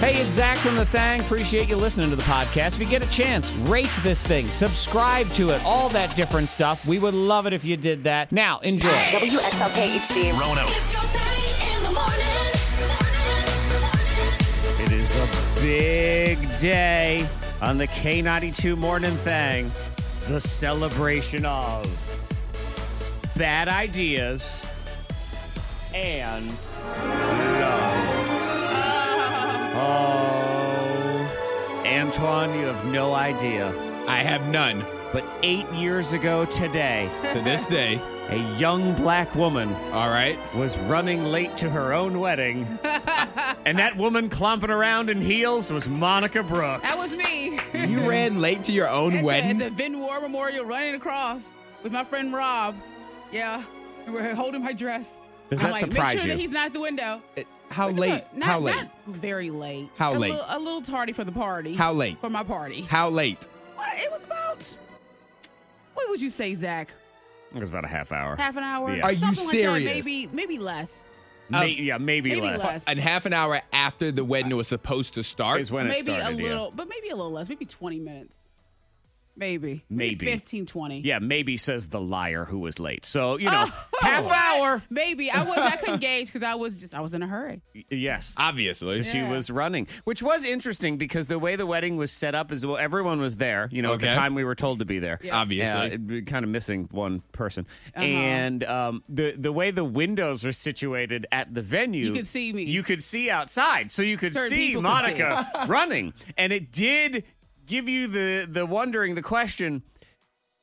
Hey, it's Zach from The Thang. Appreciate you listening to the podcast. If you get a chance, rate this thing, subscribe to it, all that different stuff. We would love it if you did that. Now, enjoy. WXLK HD. Roanoke. It's your thing in the morning. It is a Big day on the K92 Morning Thing. The celebration of bad ideas and love. Oh, Antoine, you have no idea. I have none But eight years ago today, to this day. a young black woman All right. was running late to her own wedding. and that woman clomping around in heels was Monica Brooks. That was me. You ran late to your own At the- wedding. At the Vin War Memorial, running across with my friend Rob. Yeah, and we're holding my dress. Does I'm that like, surprise Make sure you?" that he's not at the window. how Look, late? Not, how late? not very late. How a late? Little, a little tardy for the party. How late? For my party. How late? Well, it was about. What would you say, Zach? it was about a half hour. Half an hour. Yeah. Are you Something like that, serious? Maybe, maybe less. May- yeah, maybe, maybe less. less. And half an hour after the wedding was supposed to start. Is when it maybe started. a yeah. little, but maybe a little less. Maybe 20 minutes. Maybe. Maybe. 15, 20. Yeah, maybe says the liar who was late. So, you know, Oh. half hour. Maybe I was I couldn't gauge because I was just I was in a hurry. Y- Yes. Obviously. she was running, which was interesting because the way the wedding was set up is well, everyone was there, you know, at Okay. the time we were told to be there. Obviously. kind of missing one person. Uh-huh. And um, the, the way the windows were situated at the venue, You could see me. You could see outside. So you could Certain see people could see. Monica running. And it did give you the, the wondering, the question.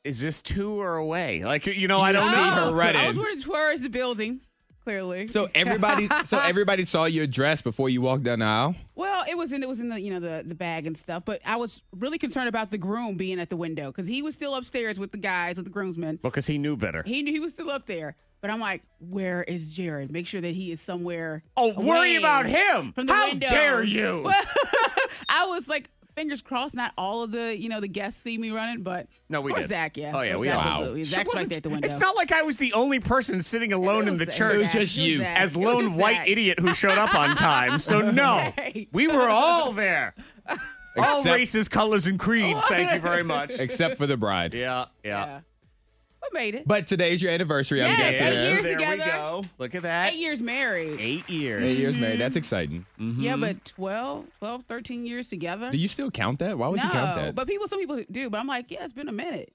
Is this to or away? Like you know, I don't see know. her running. I was running towards the building, clearly. So everybody so everybody saw your dress before you walked down the aisle? well, it was in it was in the you know the the bag and stuff, but I was really concerned about the groom being at the window because he was still upstairs with the guys with the groomsmen. Because he knew better. He knew he was still up there, but I'm like, where is Jared? Make sure that he is somewhere. Oh, worry away about him. From the How windows. dare you? I was like, fingers crossed, not all of the you know the guests see me running, but No, we or did. Zach, yeah. Oh yeah, Or we Zach all- was- Wow. Zach's She right wasn't- there at the window. It's not like I was the only person sitting alone It in the was- church. It was just Zach, you. Zach. as It was lone Zach. white idiot who showed up on time. So no, Right. we were all there. all Except- races, colors, and creeds. Thank you very much. Except for the bride. Yeah, Yeah. But made it. But today's your anniversary, I'm Yes, Yes, guessing. eight years there we together. go. Look at that. Eight years married. Eight Eight years. years married. That's exciting. Yeah, but 12, 12, 13 years together. Do you still count that? Why would no, you count that? but people, some people do. But I'm like, yeah, it's been a minute.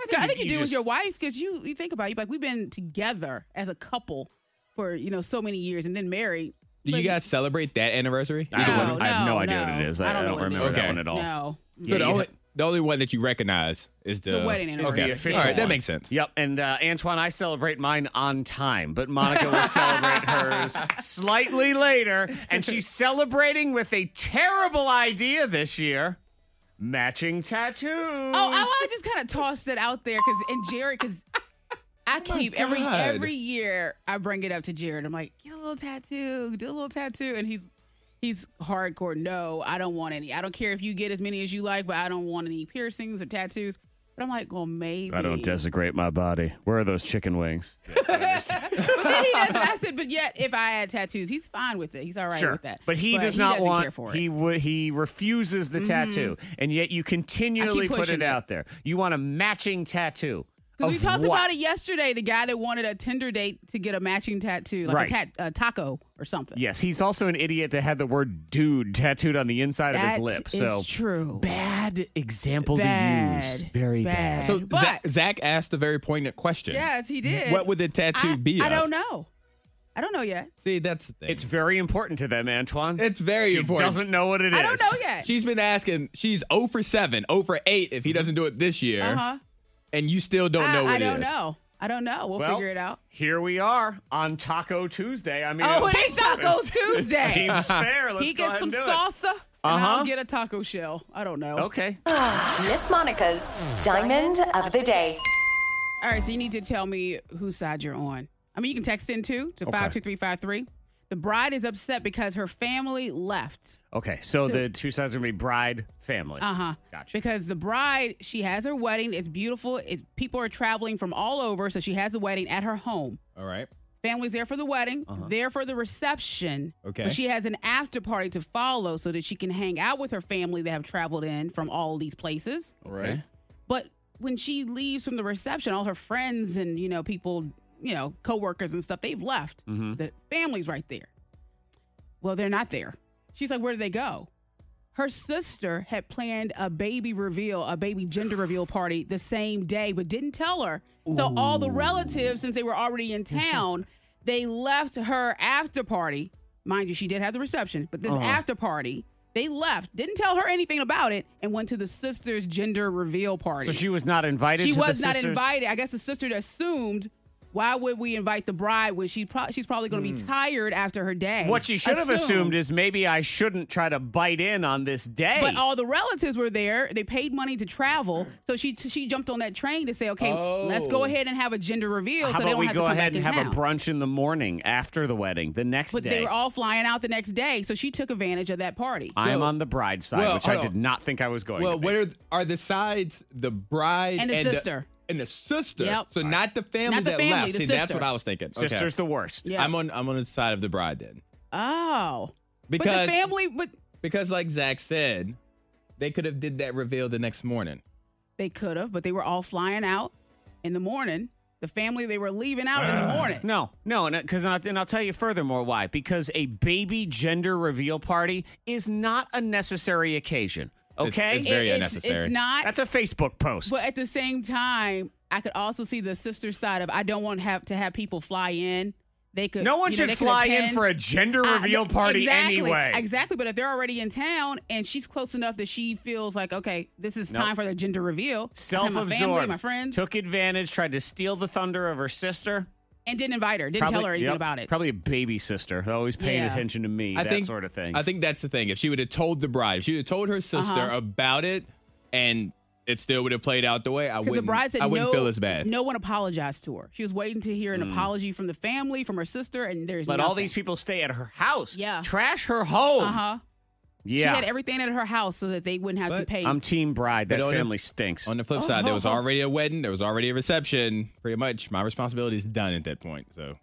I think, I think you, you do just- with your wife because you you think about it, you like we've been together as a couple for you know so many years and then married. Do you guys celebrate that anniversary? I don't No, know- I have no, no, idea what no. it is. I I, I don't don't, know what it remember is. that Okay. one at all. No, Yeah, So the you- only the only one that you recognize is the, The wedding It's anniversary. the official. All right, that one. makes sense. Yep. And uh, Antoine, I celebrate mine on time, but Monica will celebrate hers slightly later. And she's celebrating with a terrible idea this year matching tattoos. Oh, I, I just kind of tossed it out there because and Jared because I keep every God. every year I bring it up to Jared. I'm like, get a little tattoo, do a little tattoo, and he's he's hardcore. No, I don't want any. I don't care if you get as many as you like, but I don't want any piercings or tattoos. But I'm like, well, maybe. desecrate my body. Where are those chicken wings? But then he doesn't. I said, but yet if I had tattoos, he's fine with it. He's all right Sure, with that. but he does not doesn't want. Care for it. Mm-hmm. He w- he refuses the tattoo, and yet you continually put it pushing it. out there. You want a matching tattoo. Because we of talked what? about it yesterday, the guy that wanted a Tinder date to get a matching tattoo, like Right. a, tat a taco or something. Yes, he's also an idiot that had the word "dude" tattooed on the inside of his That lip. is so true. bad example to use. Bad. Very bad. Bad. So But- Zach, Zach asked a very poignant question. Yes, he did. What would the tattoo I, be? I of? don't know. I don't know yet. See, that's the thing. It's very important to them, Antoine. It's very she important. Doesn't know what it is. I don't know yet. She's been asking. She's 0 for 7, 0 for 8 if he Mm-hmm. doesn't do it this year. uh huh. And you still don't I, know what I it don't is. know. I don't know. We'll, Well, figure it out. Here we are on Taco Tuesday. I mean, Oh, it is Taco it's- Tuesday. Seems fair. Let's he go gets ahead and some do it. salsa, and Uh-huh. I'll get a taco shell. I don't know. Okay. Miss Monica's Diamond of the Day. All right. So you need to tell me whose side you're on. I mean, you can text in too to five two three five three. The bride is upset because her family left. Okay. So the two sides are gonna be bride, family. Uh huh. Gotcha. Because the bride, she has her wedding. It's beautiful. It, people are traveling from all over, so she has the wedding at her home. All right. Family's there for the wedding, there for the reception. Okay. But she has an after party to follow so that she can hang out with her family that have traveled in from all these places. Right. But when she leaves from the reception, all her friends and you know people, you know, coworkers and stuff, they've left. The family's right there. Well, they're not there. She's like, where did they go? Her sister had planned a baby reveal, a baby gender reveal party the same day, but didn't tell her. So all the relatives, since they were already in town, they left her after party. Mind you, she did have the reception, but this Uh-huh. after party, they left, didn't tell her anything about it, and went to the sister's gender reveal party. So she was not invited. She to was the not sisters? invited. I guess the sister assumed. Why would we invite the bride when she pro- she's probably going to be tired after her day? Hmm. What she should have assumed is maybe I shouldn't try to bite in on this day. But all the relatives were there. They paid money to travel, so she she jumped on that train to say, "Okay, let's go Oh. ahead and have a gender reveal." How so about they don't we have to go come ahead and back in have a town. brunch in the morning after the wedding, the next But day? they were all flying out the next day, so she took advantage of that party. I'm Well- on the bride side, well, which I hold did on. not think I was going. Well, to be. what are are the sides? The bride And the uh, sister. and the sister. Yep. So not the family Not the that family, left. the See, that's sister. what I was thinking. Okay. Sister's the worst. Yeah. I'm on. I'm on the side of the bride then, oh, but Because- the family, but because like Zach said, they could have did that reveal the next morning. they could have, but they were all flying out in the morning. The family they were leaving out in the Ah. morning. No, no, and because and, I'll tell you furthermore why. Because a baby gender reveal party is not a necessary occasion. Okay, it's very it's, unnecessary. It's not. that's a Facebook post. But at the same time, I could also see the sister side of I don't want have to have people fly in. They could. no one you know, should they could fly in attend. for a gender Uh, reveal th- party exactly, anyway. Exactly. But if they're already in town and she's close enough that she feels like, okay, this is Nope. time for the gender reveal. I have My family, Self-absorbed. my friends, Took advantage. Tried to steal the thunder of her sister. and didn't invite her. Didn't Probably- tell her anything yep, about it. Probably a baby sister. who Always paying Yeah. attention to me. that sort of thing. I think that's the thing. If she would have told the bride, if she would have Uh-huh. told her sister about it, and it still would have played out the way I Because wouldn't. the bride said I wouldn't no, feel as bad. No one apologized to her. She was waiting to hear an Hmm. apology from the family, from her sister, and there's Let all nothing. these people stay at her house. Yeah. Trash her home. Uh-huh. Yeah. She had everything at her house so that they wouldn't have to But pay. I'm team bride. That But on the- family stinks. On the Oh, flip side, there was already a wedding, there was already a reception. Pretty much, my responsibility is done at that point. So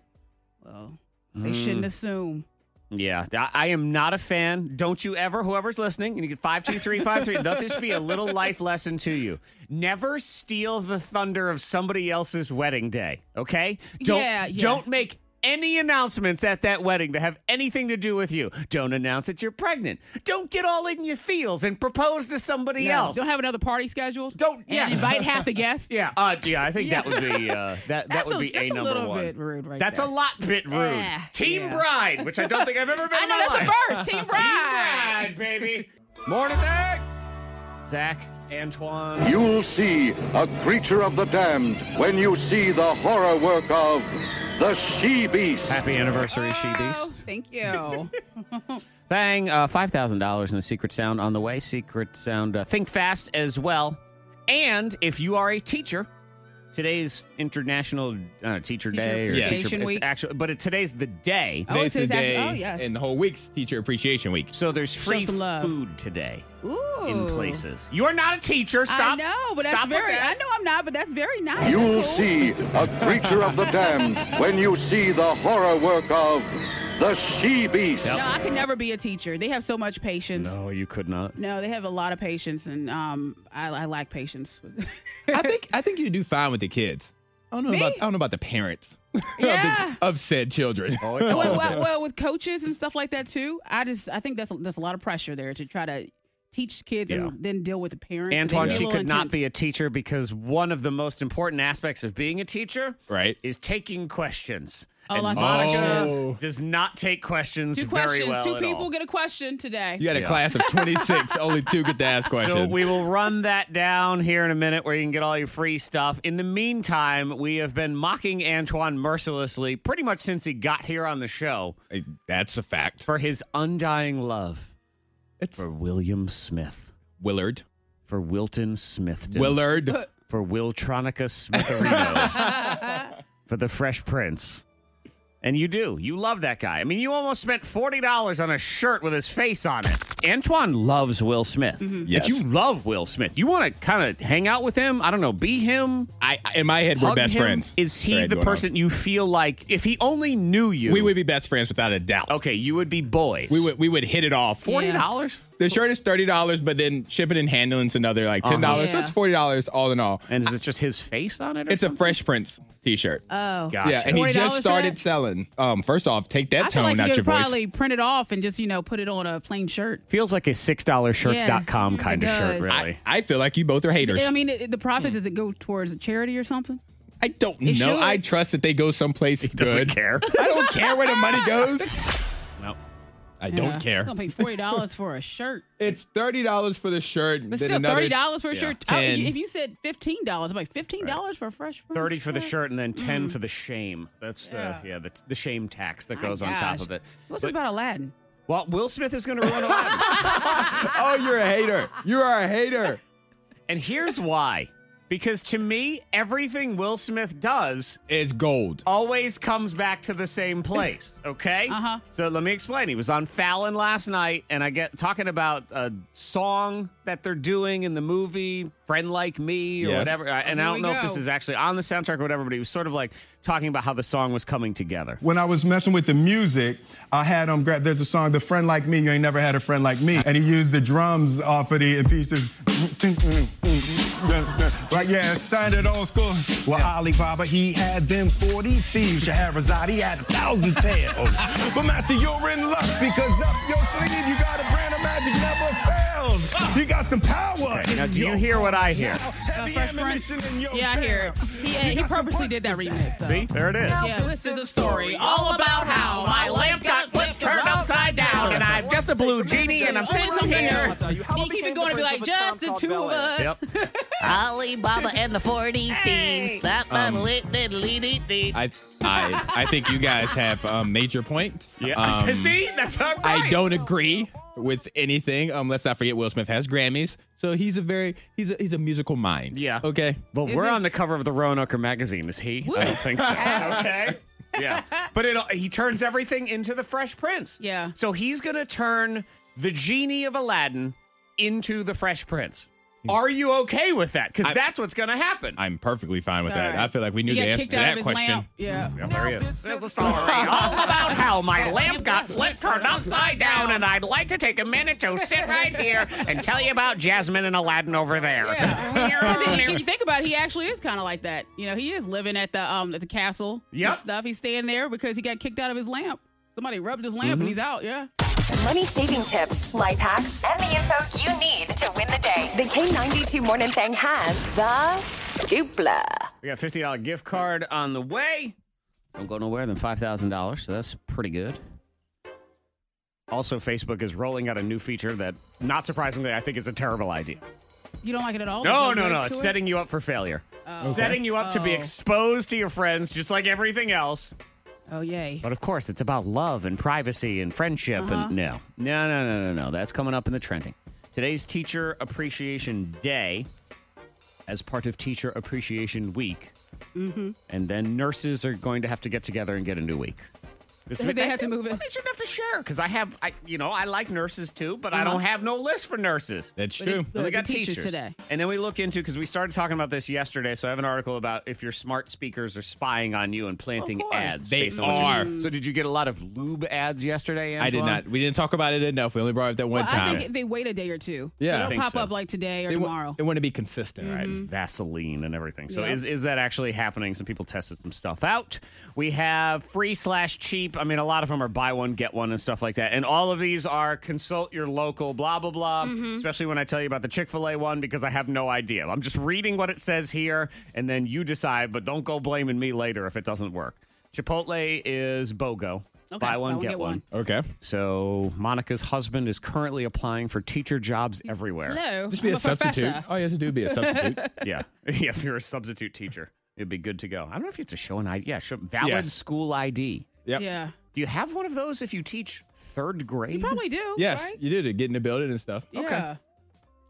well, they shouldn't assume. yeah. I, I am not a fan. Don't you ever, whoever's listening, and you get 52353, let this be a little life lesson to you. Never steal the thunder of somebody else's wedding day, okay? Don't, Yeah, yeah. Don't make any announcements at that wedding that have anything to do with you. Don't announce that you're pregnant. Don't get all in your feels and propose to somebody else. Don't have another party scheduled. Don't- and yes. invite half the guests. Yeah, uh, yeah, I think that would be uh, that that That's would a- be that's a a number little one. bit rude right that's there. a lot bit rude. Ah, Team yeah. Bride, which I don't think I've ever been. I in know my that's life. a first. Team Bride. Team Bride, baby. Morning, Zach. Zach, Antoine. You'll see a creature of the damned when you see the horror work of the she beast. Happy anniversary, she beast. Oh, thank you. Thang, uh, $5,000 in the secret sound on the way. Secret sound, uh, think fast as well. And if you are a teacher, today's International uh, Teacher, Day or Yes. Teacher Appreciation it's Week. actually, but it, today's the day. Oh, today's it's the exactly- day, oh, yes. and the whole week's Teacher Appreciation Week. So there's free some love. food today Ooh. in places. You are not a teacher. Stop. I know, but that's Stop with very. that. I know I'm not, but that's very nice. You'll That's cool. see a creature of the damned when you see the horror work of the she beast. No, I could never be a teacher. They have so much patience. No, you could not. No, they have a lot of patience, and um, I, I lack patience. I think I think you do fine with the kids. I don't know Me? about I don't know about the parents Yeah. of, the, of said children. Oh, it's all well, of well, it. well, with coaches and stuff like that too. I just I think that's that's a lot of pressure there to try to teach kids Yeah. and then deal with the parents. Antoine, she could not be a teacher because one of the most important aspects of being a teacher Right. is taking questions. Oh, and lots of Monica questions. does not take questions two very questions. well two at people all. get a question today. You had a Yeah. class of 26, only two get to ask questions. So we will run that down here in a minute where you can get all your free stuff. In the meantime, we have been mocking Antoine mercilessly pretty much since he got here on the show Eh, That's a fact. for his undying love It's for William Smith. Willard. for Wilton Smith, Willard. for Wiltronica Smitherino, for the Fresh Prince, And you do. You love that guy. I mean, you almost spent $40 on a shirt with his face on it. Antoine loves Will Smith. Yes. But you love Will Smith. You want to kind of hang out with him. I don't know, be him. I I- in my head we're hug best him. friends. Is Go he ahead, the go on. person you feel like if he only knew you? We would be best friends without a doubt. Okay, you would be boys. We would we would hit it off. Forty dollars, The shirt is thirty dollars, but then shipping and handling's another like ten dollars. So Yeah. it's forty dollars all in all. and is it just his face on it? Or It's a Fresh Prince T-shirt. Oh. Gotcha. Yeah, and he $40 just for started that? selling. Um, first off, take that I feel tone like out you your could voice. probably print it off and just, you know, put it on a plain shirt. feels like a six dollar shirts.com Yeah, it kind of shirt, does. really. I, I feel like you both are haters. I mean, it, um, the profits, does it go towards a charity or something? I don't know. It should. I trust that they go someplace doesn't good. care. I don't care where the money goes. Nope. I don't care. I'm going to pay $40 for a shirt. It's thirty dollars for the shirt. But then still, another- $30 for a shirt. Yeah. I- Ten. if you said $15, I'm like, $15 for a fresh Prince Thirty for the shirt and then ten for the shame. That's yeah, the, yeah the, the shame tax that Mm. My goes on top gosh. of it. What's this about Aladdin? Well, Will Smith is going to ruin Aladdin. Oh, you're a hater. You are a hater. And here's why. Because to me, everything Will Smith does It's gold. always comes back to the same place. Okay. Uh-huh. So let me explain. He was on Fallon last night, and I get talking about a song that they're doing in the movie "Friend Like Me" or Yes. whatever. I- And I Here don't we know if go. this is actually on the soundtrack or whatever, but he was sort of like talking about how the song was coming together. when I was messing with the music, I had um, gra- there's a song, The Friend Like Me, You Ain't Never Had a Friend Like Me. And he used the drums off of the, and he just, right, yeah, standard old school. Well, Alibaba, he had them 40 thieves. Shahrazad, he had a thousand tales. but Master, you're in luck because up your sleeve, you got a brand of magic never fails. You got some power. Now, do you hear what I hear? Heavy Fresh ammunition in your Yeah, I hear jam. it. He, uh, he purposely did that remix. Though. See, there it is. Yeah, this is a story all about how my lamp got flipped, turned upside down, and I'm just a blue genie, and I'm sitting here. He keep it going to be like, just the two of us. Yep. Alibaba and the 40 Thieves. That um, lit, lit, lit, lit, lit. I I I think you guys have a major point. Yeah. Um, See, that's all right. I don't agree with anything. Um, let's not forget Will Smith has Grammys, so he's a very he's a, he's a musical mind. Yeah. Okay. But Is we're it- on the cover of the Roanoke magazine. Is he? I don't think so. okay. Yeah. But it he turns everything into the Fresh Prince. Yeah. So he's going to turn the genie of Aladdin into the Fresh Prince. Are you okay with that? Because I- that's what's going to happen. I'm perfectly fine with that. All right. I feel like we knew He the got answer to kicked out of that his question. Mm, lamp. Yeah. Yeah, there he is. It's a story all about how my lamp got flipped turned upside down, and I'd like to take a minute to sit right here and tell you about Jasmine and Aladdin over there. Yeah. 'Cause he- if you think about it, he actually is kind of like that. You know, he is living at the um at the castle and Yep. stuff. He's staying there because he got kicked out of his lamp. Somebody rubbed his Mm-hmm. lamp and he's out. Yeah. Money saving tips, life hacks, and the info you need to win the day. The K92 Morning Thing has the dupla. We got fifty dollar gift card on the way. Don't go nowhere than five thousand dollars, so that's pretty good. Also, Facebook is rolling out a new feature that, not surprisingly, I think is a terrible idea. You Oh, don't like it at all? No, There's no, break no. to It's it? setting you up for failure. Setting you up to be Oh. exposed to your friends, just like everything else. Oh yay. But of course, it's about love and privacy and friendship. Uh-huh. And no, no, no, no, no, no. That's coming up in the trending. Today's Teacher Appreciation Day, as part of Teacher Appreciation Week, Mm-hmm. and then nurses are going to have to get together and get a new week. This They had to move it. Well, they shouldn't have to share because I have, I you know, I like nurses too, but Uh-huh. I don't have no list for nurses. That's But it's true. the- We got teachers teachers, today. And then we look into because we started talking about this yesterday. So I have an article about if your smart speakers are spying on you and planting course. ads. They based on what you're- are. So did you get a lot of lube ads yesterday? I did Antoine? not. We didn't talk about it enough. We only brought it up that one Well, time. I think they wait a day or two. Yeah. I They think don't pop so. up like today or They wa- tomorrow. Mm-hmm. They want to be consistent, right? Vaseline and everything. So Yeah. is is that actually happening? Some people tested some stuff out. We have free slash cheap. I mean, a lot of them are buy one get one and stuff like that. And all of these are consult your local blah blah blah. Especially when I tell you about the Chick fil A one because I have no idea. I'm just reading what it says here, and then you decide. But don't go blaming me later if it doesn't work. Chipotle is BOGO. Okay, buy one, get, one. Okay. So Monica's husband is currently applying for teacher jobs everywhere. Hello. Just be I'm a, substitute. professor. Oh yes, it do be a substitute. Yeah. yeah. If you're a substitute teacher, it'd be good to go. I don't know if you have to show an ID. Yeah, show valid Yes. school ID. Yep. Yeah. Do you have one of those if you teach third grade? You probably do. Yes, Right? you did it. Get in the building and stuff. Yeah.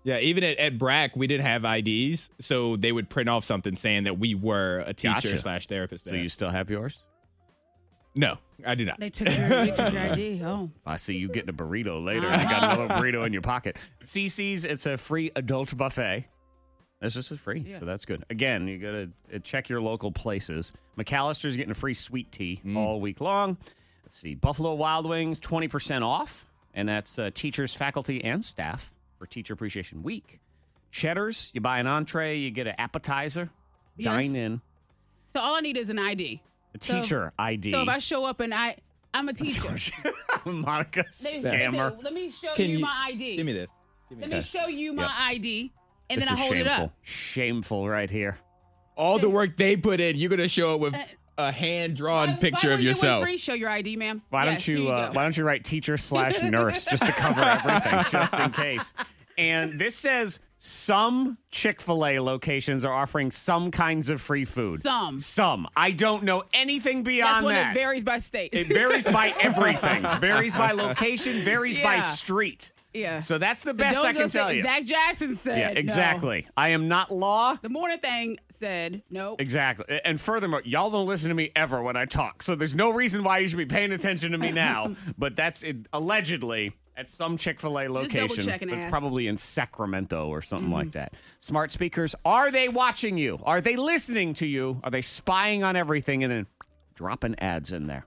Yeah, even at, at BRAC, we didn't have IDs, so they would print off something saying that we were a teacher Gotcha. slash therapist. So there. you still have yours? No, I do not. They took your, they took your ID. Oh, I see you getting a burrito later. and You got another burrito in your pocket. CC's, it's a free adult buffet. This just is free, so that's good. Again, you gotta uh, check your local places. McAllister's getting a free sweet tea all week long. Let's see, Buffalo Wild Wings twenty percent off, and that's uh, teachers, faculty, and staff for Teacher Appreciation Week. Cheddar's, you buy an entree, you get an appetizer, Yes. dine in, so all I need is an ID. a So- teacher ID. So if I show up and I, I'm a teacher. Monica They- they say, Scammer. Let me show Can you, you- my ID. Give me this. Let me show you my ID, and this then is I hold shameful. it up. Shameful, right here. All the work they put in, you're gonna show up with a hand-drawn Uh, Why- picture why of don't you want yourself. free? Show your ID, ma'am. Why Yes, don't here you, uh, go. Why don't you write teacher slash nurse just to cover everything, just in case? And this says some Chick Fil A locations are offering some kinds of free food. Some. Some. I don't know anything That's beyond when that. it varies by state. It varies by everything. varies by location. Varies by Yeah. street. yeah. So that's the So best don't I go can say- tell you. Zach Jackson said. yeah, no. exactly. I am not law. The morning thing said nope. Exactly. A- And furthermore, y'all don't listen to me ever when I talk. So there's no reason why you should be paying attention to me now. but that's it, allegedly at some Chick fil A just double Mm-hmm. location. check and It's ask. probably in Sacramento or something like that. Smart speakers, are they watching you? Are they listening to you? Are they spying on everything and then dropping ads in there?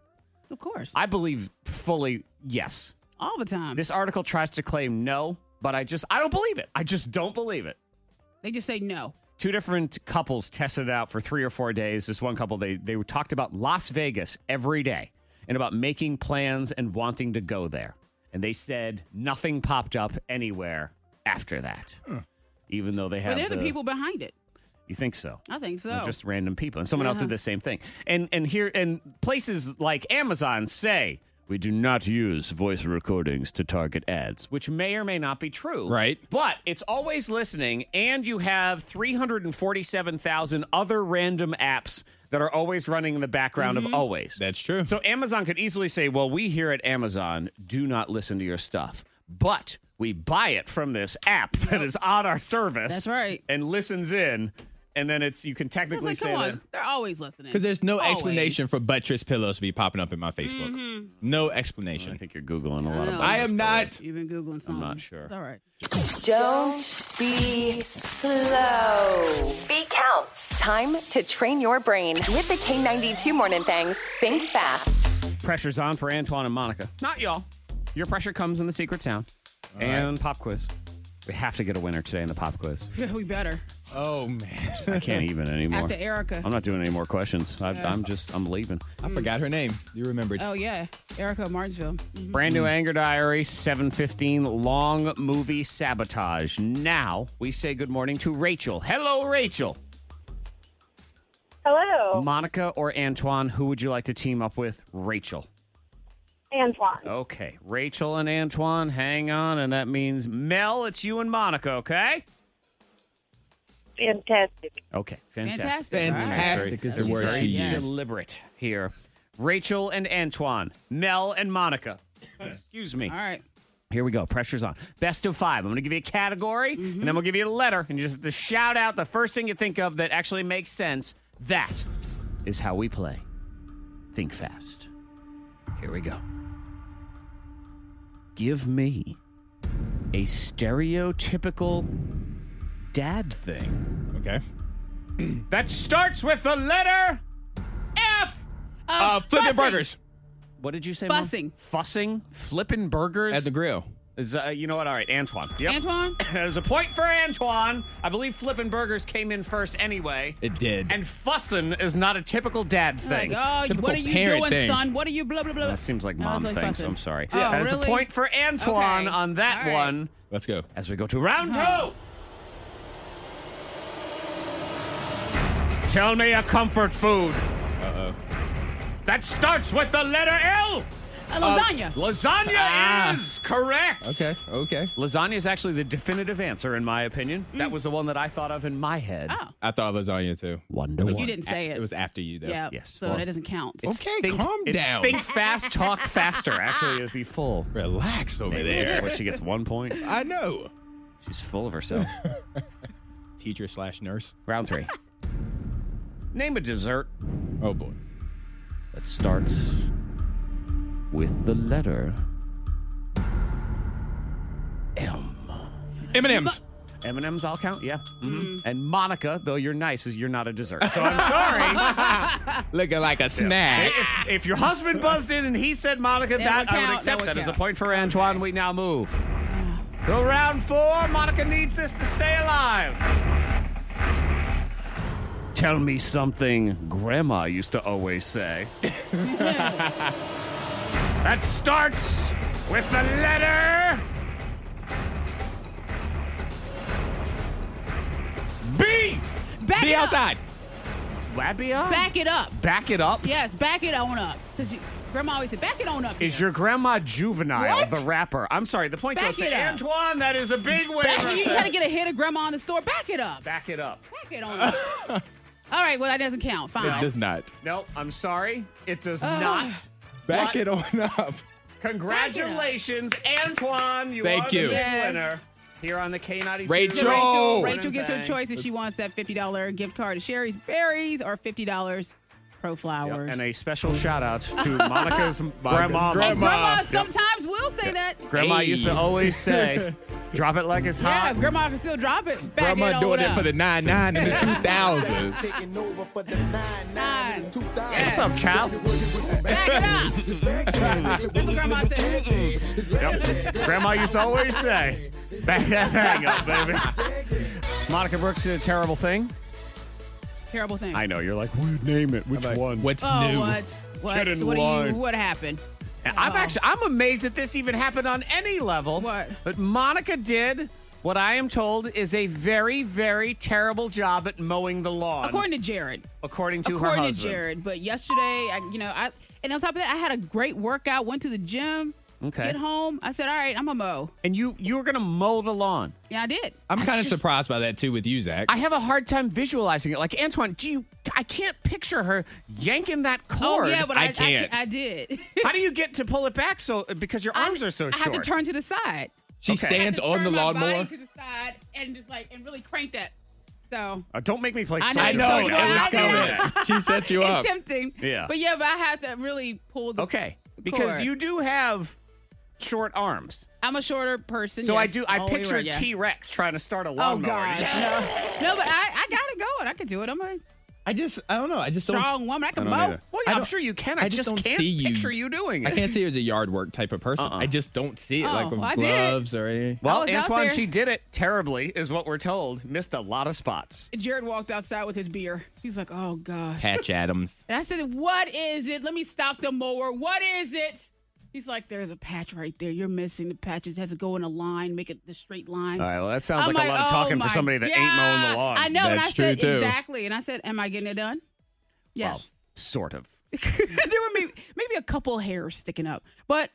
Of course. I believe fully yes. All the time. This article tries to claim no, but I just, I don't believe it. I just don't believe it they just say no. two different couples tested it out for three or four days. This one couple, they they talked about Las Vegas every day and about making plans and wanting to go there. And they said nothing popped up anywhere after that, even though they But have. they're the people behind it. You think so? I think so. They're Just random people, and someone else did the same thing. And and here and places like Amazon say we do not use voice recordings to target ads, which may or may not be true. Right. But it's always listening, and you have three hundred and forty-seven thousand other random apps that are always running in the background of always. That's true. So Amazon could easily say, well, we here at Amazon do not listen to your stuff, but we buy it from this app that is on our service. That's right. And listens in. And then it's, you can It's technically like, say come that. on. They're always listening. Because there's no Always. explanation for buttress pillows to be popping up in my Facebook. Mm-hmm. No explanation. I think you're Googling a lot know. about I this, am but- not. You've been Googling something. not sure. It's all right. Don't be slow. Speed counts. Time to train your brain with the K92 Morning Thangs. Think fast. Pressure's on for Antoine and Monica. Not y'all. Your pressure comes in the secret sound and pop quiz. We have to get a winner today in the pop quiz. we better. Oh, man. I can't even anymore. After Erica. I'm not doing any more questions. I, I'm just, I'm leaving. I forgot her name. You remembered. Oh yeah, Erica of Martinsville. Brand Hmm. new Anger Diary, 715, long movie sabotage. Now we say good morning to Rachel. Hello, Rachel. Oh. Hello, Monica or Antoine, who would you like to team up with? Rachel. Antoine. Okay, Rachel and Antoine, hang on. And that means Mel, it's you and Monica, okay? Fantastic. Okay, fantastic. Fantastic. Fantastic is the Very word she Yes. used. deliberate here. Rachel and Antoine, Mel and Monica. Excuse me. All right. Here we go. Pressure's on. Best of five. I'm going to give you a category, and then we'll give you a letter, and you just have to shout out the first thing you think of that actually makes sense. That is how we play. Think fast. Here we go. Give me a stereotypical dad thing Okay. that starts with the letter F. Uh, flipping fussing. burgers What did you say? Mom? Fussing. Fussing. Flipping burgers. at the grill. Is, uh, you know what? All right, Antoine. Yep. Antoine. There's a point for Antoine. I believe flipping burgers came in first anyway. It did. And fussing is not a typical dad Like, thing. oh, Typical what are you parent doing, Oh, thing. son? What are you blah blah blah? That seems like No, mom it's things. fussing. I'm sorry. Oh, That is really? a point for Antoine Okay. on that All right. one Let's go. as we go to round two. Tell me a comfort food. Uh-oh. That starts with the letter L. uh, A lasagna. Lasagna Ah. is correct. Okay. Okay. Lasagna is actually the definitive answer, in my opinion. Mm. That was the one that I thought of in my head. Oh. I thought lasagna too. Wonder It was- one. You didn't say it. It was after you though. yeah. yes. So Well, that doesn't count. Okay, Think- calm it's down. Think fast, talk faster. Actually, is the full. Relax over Where there. she gets one point. I know. She's full of herself. Teacher slash nurse. Round three. Name a dessert Oh boy. that starts with the letter M. M&M's. M&M's all count, yeah. Mhm. Mm-hmm. And Monica, though you're nice, is you're not a dessert. So I'm sorry. Looking like a snack. if, if your husband buzzed in and he said Monica, That that would I count, would accept that that, would as a count. point for Antoine. We now move. Go round four. Monica needs this to stay alive. Tell me something Grandma used to always say. that starts with the letter B. Back Be it Up. outside. Wabia? Back it up. Back it up. Yes, back it on up. Because grandma always said, back it on up. Is here." your grandma juvenile, What? the rapper? I'm sorry, the point Back goes to it up. Antoine. That is a big win. back, right you there. gotta get a hit of grandma in the store. Back it up. Back it up. Back it on up. All right, well that doesn't count. Fine. It does not. No, I'm sorry. It does not. Back But it on up. Congratulations, Antoine. You Thank are the you. big Yes. winner here on the K92. Rachel. So Rachel, Oh. Rachel gets her Bang. choice if she wants that fifty dollar gift card to Sherry's Berries or fifty dollars Pro Yep, Flowers. and a special shout out to Monica's grandma. grandma. grandma Yep. sometimes will say that. Grandma used to Hey. always say, drop it like it's Yeah, hot. if grandma can still drop it. Back it Grandma on doing it up. for the 9 9 and the 2000. Taking over for the nine nine and two What's up, child? Back it up. thousand. That's what grandma said. Grandma used to always say, back that thing up, baby. Monica Brooks did a terrible thing. Terrible thing. I know. You're like, we'd name it. Which Like, one? What's oh, new? what? What? Get in what do you? line. What happened? I'm actually I'm amazed that this even happened on any level. What? But Monica did what I am told is a very very terrible job at mowing the lawn. According to Jared. according to her according to husband. Jared. But yesterday, I, you know, I and on top of that, I had a great workout. Went to the gym. Okay. Get home. I said, all right, I'm a mow. And you you were going to mow the lawn. Yeah, I did. I'm kind of surprised by that too with you, Zach. I have a hard time visualizing it. Like Antoine, do you I can't picture her yanking that Oh cord. yeah, but I I, I, can't. I, did. How do you get to pull it back so because your arms I, are so I short? have to turn to the side. she okay. stands I have to on the turn my lawnmower. body to the side and just like and really crank that. So Uh, don't make me play I know, soldier so boy. do I. not gonna I know. win. she set you up. it's tempting. Yeah. But yeah, but I have to really pull the. Okay. Because Cord. you do have short arms. I'm a shorter person. So I yes, do. I all the way picture around, yeah. T Rex trying to start a Oh lawnmower. gosh, no, no, but I, I got it going. I could do it. I'm a I just, I don't know. I just strong don't. woman. I can don't mow. either. Well, I yeah, I'm don't- sure you can. I, I just just, don't can't see you. picture you doing it. I can't see her as a yard work type of person. I just don't see it Oh, like with well, I did. gloves or anything. I Well, was out Antoine, there. she did it terribly, is what we're told. Missed a lot of spots. Jared walked outside with his beer. He's like, oh gosh. Patch Adams. And I said, what is it? Let me stop the mower. What is it? He's like, there's a patch right there. You're missing the patches. It has to go in a line, make it the straight lines. All right, well, that sounds I'm like a lot of "Oh talking for my somebody that ain't mowing the God." lawn. I know, and I That's true, said too. exactly, and I said, "Am I getting it done?" Yes. Well, sort of. there were maybe, maybe a couple hairs sticking up, but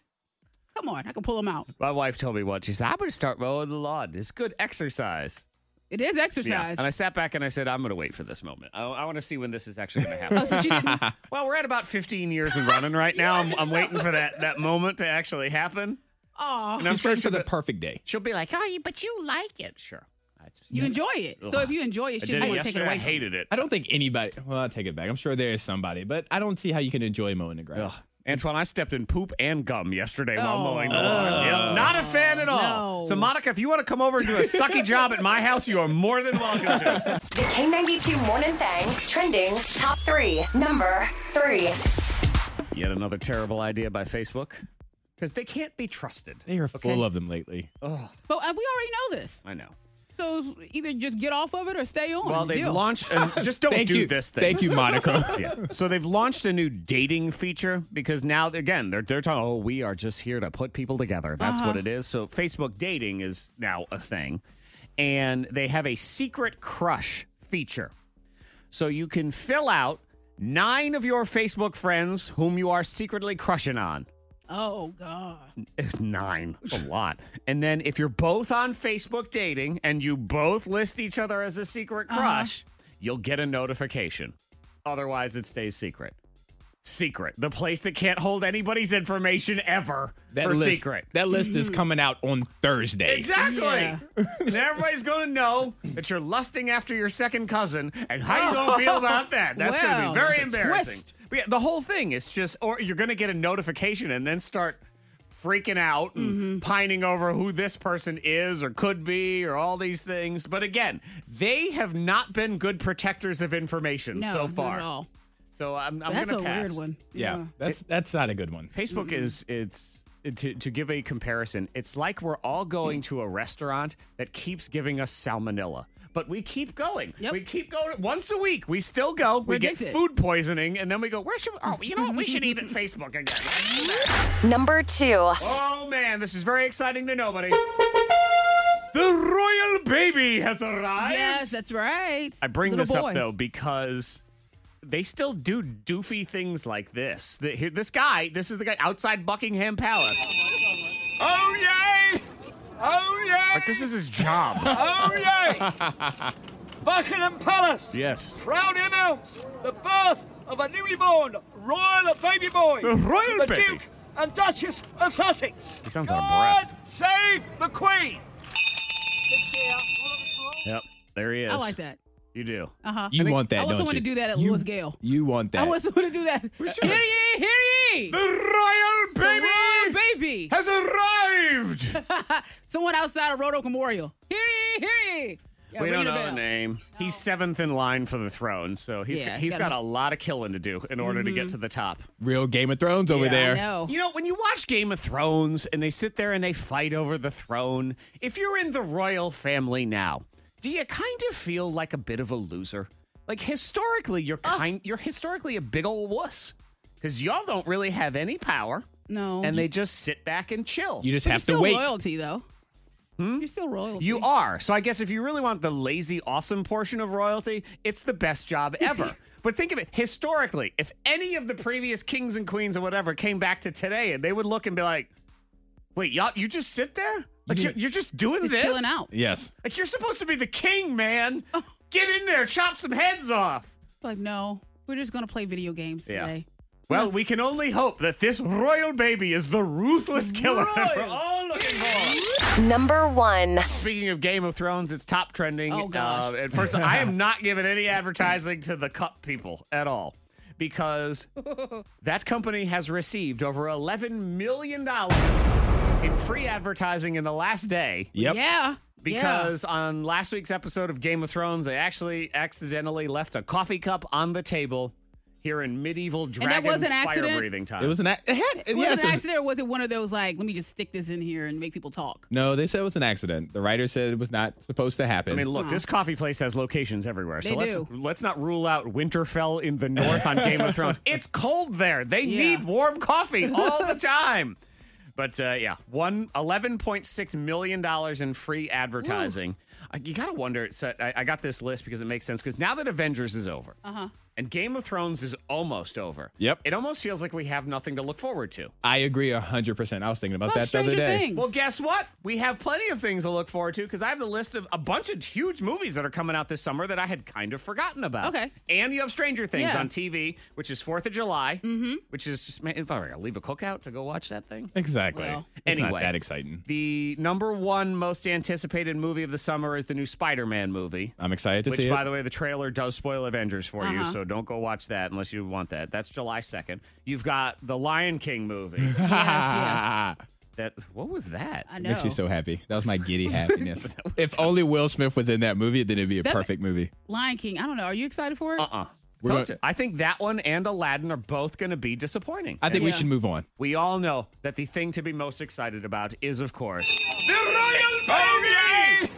come on, I can pull them out. My wife told me once. She said, "I'm going to start mowing the lawn. It's good exercise." It is exercise. And I sat back and I said, "I'm going to wait for this moment. I, I want to see when this is actually going to oh, happen." so she didn't. well, we're at about 15 years and running right now. I'm, I'm waiting for that that moment to actually happen. Oh, And I'm I'm sure sure for she'll the be, perfect day. she'll be like, "Oh, you, but you like it, sure." I just- you enjoy it. So if you enjoy it, I she did doesn't it want to take it yesterday. I away. from you. hated it. I don't think anybody. Well, I'll take it back. I'm sure there is somebody, but I don't see how you can enjoy mowing the grass. Ugh. Antoine, I stepped in poop and gum yesterday while Oh. mowing the lawn. Yep, Not a fan at all. No. So, Monica, if you want to come over and do a sucky job at my house, you are more than welcome to. The K92 Morning Thang trending top three. Number three. Yet another terrible idea by Facebook because they can't be trusted. They are full of them lately. But uh, we already know this. I know. So either just get off of it or stay on. Well, they've Deal. launched. A, just don't Thank do you. this thing. Thank you, Monica. Yeah. So they've launched a new dating feature because now again they're they're talking. Oh, we are just here to put people together. That's Ah. what it is. So Facebook dating is now a thing, and they have a secret crush feature. So you can fill out nine of your Facebook friends whom you are secretly crushing on. Oh god. Nine, a lot. And then if you're both on Facebook dating and you both list each other as a secret crush, you'll get a notification. Otherwise, it stays secret. secret. The place that can't hold anybody's information ever That for list, secret. That list Mm-hmm. is coming out on Thursday. Exactly. Yeah. and everybody's going to know that you're lusting after your second cousin. And how you going to feel about that? That's going to Well, be very that's a embarrassing. twist. But yeah, the whole thing is just, or you're going to get a notification and then start freaking out and Mm-hmm. pining over who this person is or could be or all these things. But again, they have not been good protectors of information No, so not far. at all. So I'm, I'm going That's to a pass. weird one. Yeah, that's that's not a good one. Facebook is it's to, to give a comparison, it's like we're all going to a restaurant that keeps giving us salmonella. But we keep going. Yep. We keep going once a week. We still go. we get addicted. food poisoning, and then we go. Where should? We, oh, you know what? We should eat at Facebook again. Number two. oh man, this is very exciting to nobody. The royal baby has arrived. Yes, that's right. I bring Little this boy. up though because they still do doofy things like this. The- here- this guy, this is the guy outside Buckingham Palace. Oh yay! Oh yay! Like this is his job. Oh yay! Buckingham Palace yes. proudly announce the birth of a newly born royal baby boy, A royal the baby? Duke and Duchess of Sussex. He sounds out of God breath. save the Queen! Yep. There he is. I like that. You do. Uh huh. You want that? I also don't want to you? do that at You- Lewis Gale. You want that? I also want to do that. should. Hear ye, hear ye. The royal baby royal baby. has arrived. Someone outside of Roanoke Memorial. Hear ye, hear ye. Yeah, we ring don't the know the bell. name. He's seventh in line for the throne, so he's Yeah, he's gotta- got a lot of killing to do in order to get Mm-hmm. to the top. Real Game of Thrones over I there. know. You know, when you watch Game of Thrones and they sit there and they fight over the throne, if you're in the royal family now, do you kind of feel like a bit of a loser? Like historically, you're kind, you're historically a big old wuss because y'all don't really have any power, No. and they just sit back and chill. You just But have you're to still wait. royalty though. You're still royalty. Hmm? You are. So I guess if you really want the lazy, awesome portion of royalty, it's the best job ever. but think of it historically. If any of the previous kings and queens or whatever came back to today, and they would look and be like, "Wait, y'all, you just sit there? Like did- you're, you're just doing Just this? chilling out. Oh. Yes. Like you're supposed to be the king, man. Get in there, chop some heads off." Like no, we're just gonna play video games Yeah. today. Well, we can only hope that this royal baby is the ruthless killer that we're Royal. all looking for. Number one. Speaking of Game of Thrones, it's top trending. Oh, gosh. Uh, and first, I am not giving any advertising to the cup people at all because that company has received over $11 million in free advertising in the last day. Yep. Yeah. Because on last week's episode of Game of Thrones, they actually accidentally left a coffee cup on the table here in medieval dragon was an fire accident? breathing time. It was an. ac- It had, yeah. yes, it was it an was- accident or was it one of those like, let me just stick this in here and make people talk? No, they said it was an accident. The writer said it was not supposed to happen. I mean, look, this coffee place has locations everywhere. So They let's do. let's not rule out Winterfell in the north on Game of Thrones. It's cold there. They Yeah. need warm coffee all the time. But uh, yeah, one eleven point six million dollars in free advertising. I, you gotta wonder. So I, I got this list because it makes sense. Because now that Avengers is over, uh-huh. and Game of Thrones is almost over, Yep. it almost feels like we have nothing to look forward to. I agree 100%. I was thinking about Well, that the other Stranger day. Things. Well, guess what? We have plenty of things to look forward to because I have the list of a bunch of huge movies that are coming out this summer that I had kind of forgotten about. Okay. And you have Stranger Things Yeah. on TV, which is Fourth of July, mm-hmm. which is just, man, if I were to leave a cookout to go watch that thing. Exactly. Well. it's Anyway. not that exciting. The number one most anticipated movie of the summer is the new Spider Man movie. I'm excited Uh, to Which, see by it. the way, the trailer does spoil Avengers for you, Uh-huh. so don't go watch that unless you want that. That's July 2nd. You've got the Lion King movie. yes, yes. that What was that? I know. Ah, Makes me so happy. That was my giddy happiness. if only Will Smith was in that movie, then it'd be a That- perfect movie. Lion King. I don't know. Are you excited for it? Uh-uh. We're Told gonna- you. I think that one and Aladdin are both going to be disappointing. I think we Yeah. should move on. we all know that the thing to be most excited about is, of course, The royal baby!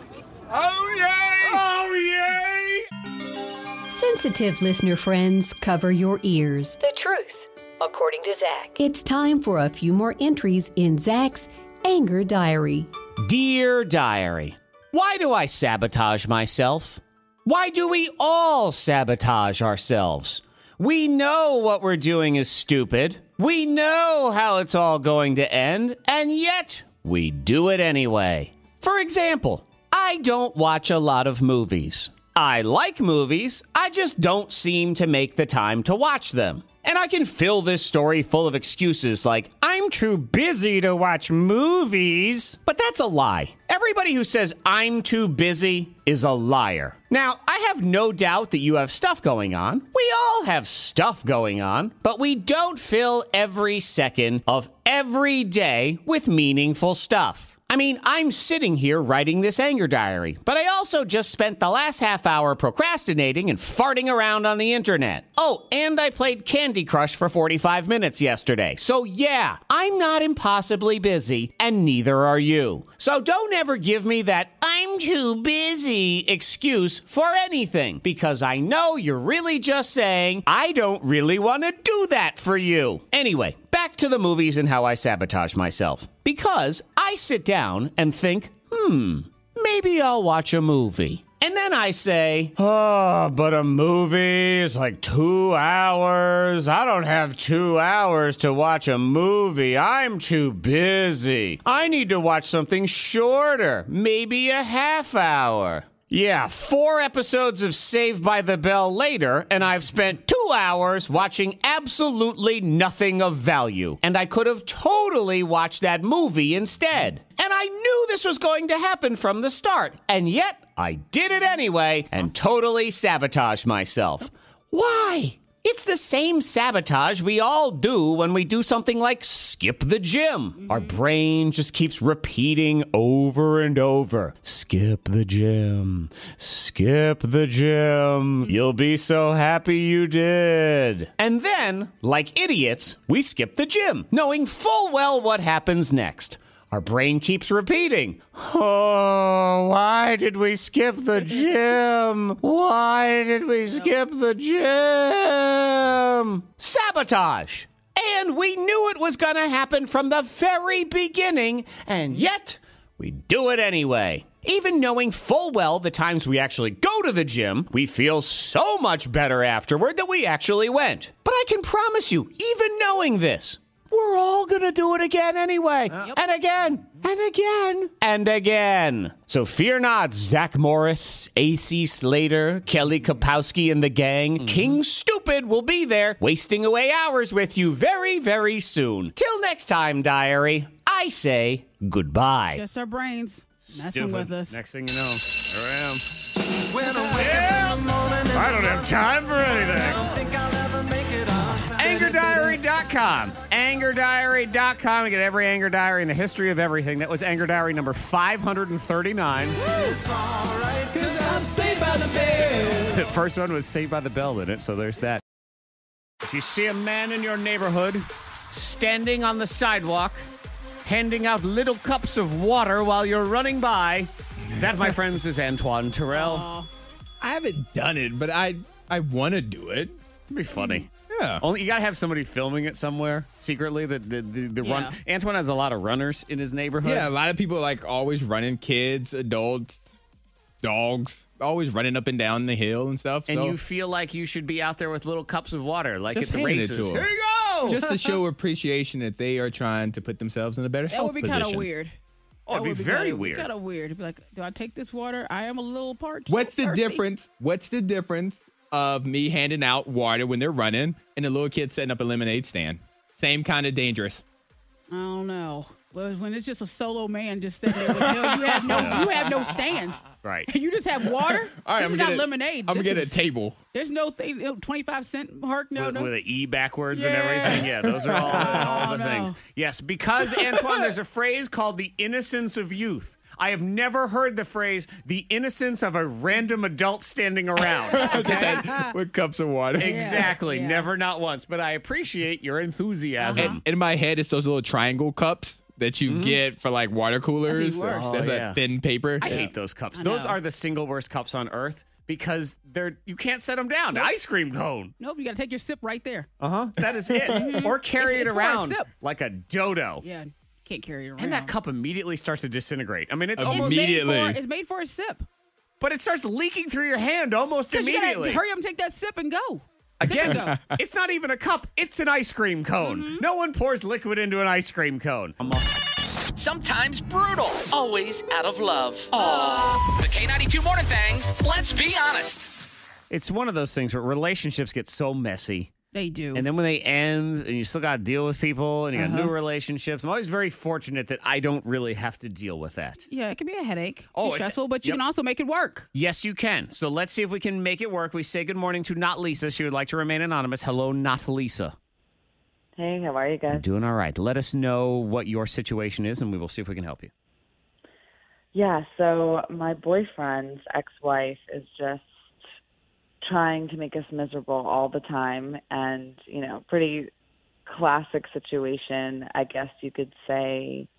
Oh yay! oh yay! Sensitive listener friends, cover your ears. The truth, according to Zach. It's time for a few more entries in Zach's Anger Diary. Dear Diary, why do I sabotage myself? Why do we all sabotage ourselves? We know what we're doing is stupid. We know how it's all going to end, and yet we do it anyway. For example, I don't watch a lot of movies. I like movies, I just don't seem to make the time to watch them. And And I can fill this story full of excuses like, I'm too busy to watch movies. But that's a lie. Everybody who says, I'm too busy is a liar. Now, I have no doubt that you have stuff going on. We all have stuff going on, but we don't fill every second of every day with meaningful stuff. I mean, I'm sitting here writing this anger diary, but I also just spent the last half hour procrastinating and farting around on the internet. Oh, and I played Candy Crush for 45 minutes yesterday. So, yeah, I'm not impossibly busy, and neither are you. So, don't ever give me that I'm too busy excuse for anything, because I know you're really just saying, I don't really want to do that for you. Anyway, back to the movies and how I sabotage myself. Because I sit down and think, hmm, maybe I'll watch a movie. And then I say, oh, but a movie is like two hours. I don't have two hours to watch a movie. I'm too busy. I need to watch something shorter, maybe a half hour. Yeah, four episodes of Saved by the Bell later, and I've spent two hours watching absolutely nothing of value. And I could have totally watched that movie instead. And I knew this was going to happen from the start, and yet I did it anyway and totally sabotaged myself. Why? It's the same sabotage we all do when we do something like skip the gym. Our brain just keeps repeating over and over skip the gym, skip the gym. You'll be so happy you did. And then, like idiots, we skip the gym, knowing full well what happens next. Our brain keeps repeating, Oh, why did we skip the gym? Why did we skip the gym? Sabotage! And we knew it was going to happen from the very beginning, and yet we do it anyway. Even knowing full well the times we actually go to the gym, we feel so much better afterward that we actually went. But I can promise you, even knowing this, we're all gonna do it again anyway. And again, and again, and again. So fear not, Zach Morris, AC Slater, Kelly Kapowski, and the gang. King Stupid will be there, wasting away hours with you very, very soon. Till next time, diary, I say goodbye. Just our brains messing with us. Next thing you know, here I am. I don't have time for anything. AngerDiary.com. AngerDiary.com. You get every anger diary in the history of everything. That was anger diary number 539. It's alright, cause I'm saved by the bell. The first one was Saved by the Bell in it, so there's that. If you see a man in your neighborhood standing on the sidewalk, handing out little cups of water while you're running by, that, my friends, is Antoine Terrell. I haven't done it, but I I want to do it. It'd be funny. Hmm. Yeah. Only you gotta have somebody filming it somewhere secretly. That the, the, the run. Antoine has a lot of runners in his neighborhood. Yeah, a lot of people like always running kids, adults, dogs, always running up and down the hill and stuff. and so you feel like you should be out there with little cups of water, like Just at the handing it races. to 'em. Here Oh! you go. just to show appreciation that they are trying to put themselves in a better That health would be position. kind of weird. Oh, it'd be very weird. Kind of weird. It'd be like, do I take this water? I am a little part. What's the thirsty. difference? What's the difference of me handing out water when they're running and the little kid setting up a lemonade stand? Same kind of dangerous. I don't know. Well, when it's just a solo man just sitting there, with no, you have no, you have no stand. Right. You just have water. All right, I'm this is gonna not get a- lemonade. I'm This gonna get a is- table. There's no thing. no Twenty-five cent mark. No, with, no. with an E backwards Yeah. and everything. Yeah, those are all, all the Oh, no. things. Yes, because Antoine, there's a phrase called the innocence of youth. I have never heard the phrase the innocence of a random adult standing around. Just had- with cups of water. Exactly. Yeah. Uh-huh. Never not once. But I appreciate your enthusiasm. And in my head, it's those little triangle cups that Mm-hmm. you get for like water coolers. worse. Oh, That's, that yeah. thin paper. I hate those cups. I Those know. are the single worst cups on earth because they're you can't set them down. Ice cream cone. Nope. You got to take your sip right there. Uh-huh. That is it. or carry it Mm-hmm. It's- it's for a around sip. like a dodo. Yeah. Can't carry it around. And that cup immediately starts to disintegrate. I mean, it's It's almost Made Immediately. for, it's made for a sip. but it starts leaking through your hand almost Because you got immediately. to hurry up and take that sip and go. Sip Again, and go. it's not even a cup, it's an ice cream cone. Mm-hmm. No one pours liquid into an ice cream cone. Sometimes brutal, always out of love. Aww. The K92 Morning Thangs, let's be honest. It's one of those things where relationships get so messy They do. And then when they end, and you still got to deal with people, and you got Uh-huh. new relationships. I'm always very fortunate that I don't really have to deal with that. Yeah, it can be a headache. Oh, Oh, it's- stressful, but you yep. can also make it work. Yes, you can. So let's see if we can make it work. We say good morning to not Lisa. She would like to remain anonymous. Hello, not Lisa. Hey, how are you guys? Doing all right. Let us know what your situation is, and we will see if we can help you. Yeah, so my boyfriend's ex wife is just trying to make us miserable all the time and, you know, pretty classic situation. I guess you could say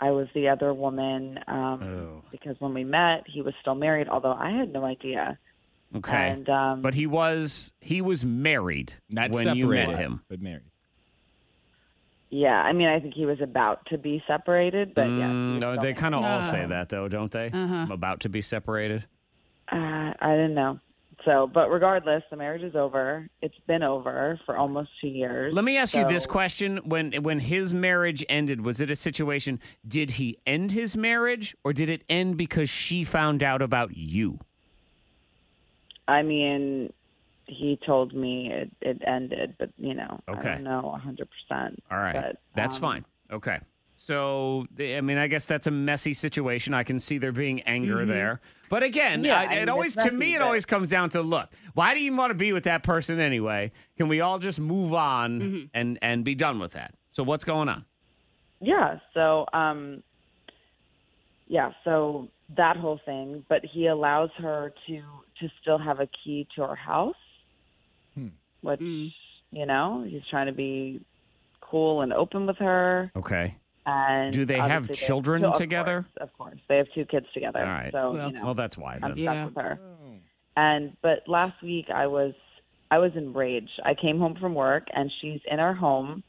I was the other woman um Oh. because when we met, he was still married, although I had no idea. Okay. And, um, but he was he was married Not when separated, you met him. but married. Yeah, I mean, I think he was about to be separated, but yeah. Mm, no, they kind of all say Uh. that though, don't they? Uh-huh. I'm about to be separated. Uh, I didn't know. So, but regardless, the marriage is over. It's been over for almost two years. Let me ask you So- this question: when when his marriage ended, was it a situation? Did he end his marriage, or did it end because she found out about you? I mean, he told me it, it ended, but you know, I Okay. don't know 100%. All right, But, that's um, fine. Okay, so I mean, I guess that's a messy situation. I can see there being anger Mhm. there, but again, Yeah, I, I mean, it it's always to messy, me it but- always comes down to look. Why do you want to be with that person anyway? Can we all just move on Mm-hmm. and and be done with that? So what's going on? Yeah. So, um, yeah. So that whole thing, but he allows her to to still have a key to her house, Hmm. which you know he's trying to be cool and open with her. Okay. And Do they have obviously children so, of together? course, of course, they have two kids together. All right. Oh. So well, you know, that's why. I'm Then. stuck with her. And but last week I was I was enraged. I came home from work and she's in our home,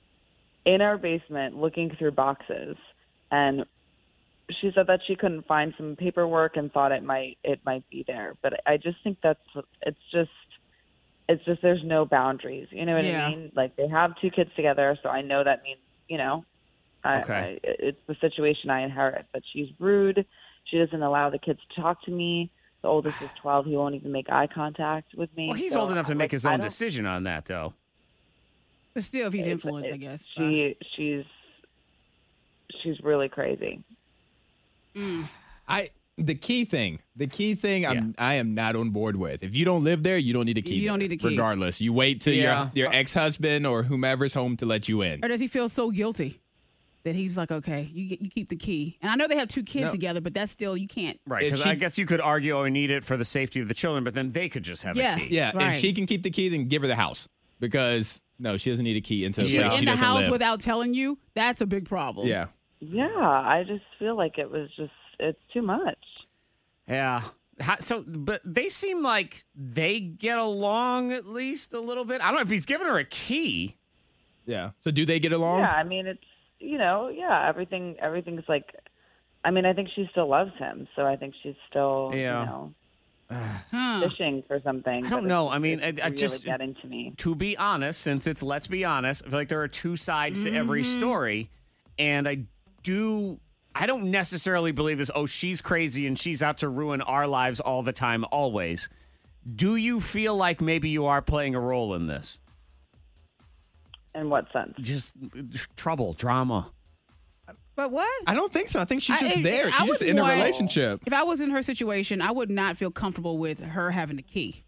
in our basement, looking through boxes, and she said that she couldn't find some paperwork and thought it might it might be there. But I just think that's it's just it's just there's no boundaries. You know what Yeah. I mean? Like they have two kids together, so I know that means you know. I, Okay. I, it's the situation I inherit. But she's rude. She doesn't allow the kids to talk to me. The oldest is 12. He won't even make eye contact with me. Well, he's So, old enough to like, make his I own don't- decision on that, though. But still, if he's It's- influenced, I guess. She she's she's really crazy. I the key thing, the key thing, I'm I am not on board with. If you don't live there, you don't need a key. You don't there, need a key. regardless. You wait till Yeah. your your ex husband or whomever's home to let you in. Or does he feel so guilty that he's like, okay, you get- you keep the key? And I know they have two kids No. together, but that's still you can't. Right, because I guess you could argue, oh, I need it for the safety of the children, but then they could just have Yeah. a key. Yeah, Right. if she can keep the key, then give her the house because no, she doesn't need a key until She's the place in she the doesn't house live. without telling you. That's a big problem. yeah, Yeah, I just feel like it was just it's too much. Yeah. How, so, but they seem like they get along at least a little bit. I don't know if he's giving her a key. Yeah. So do they get along? Yeah, I mean it's you know yeah everything everything's like, I mean I think she still loves him, so I think she's still Yeah. you know fishing for something. I don't but know. it's- I mean, it's I- I really just- getting to me. To be honest, since it's let's be honest, I feel like there are two sides to every Mhm. story, and I do. I don't necessarily believe this. Oh, she's crazy and she's out to ruin our lives all the time, always. Do you feel like maybe you are playing a role in this? In what sense? Just uh, trouble, drama. But what? I don't think so. I think she's I- just if- there. if She's I just was in a more- relationship. If I was in her situation, I would not feel comfortable with her having the key.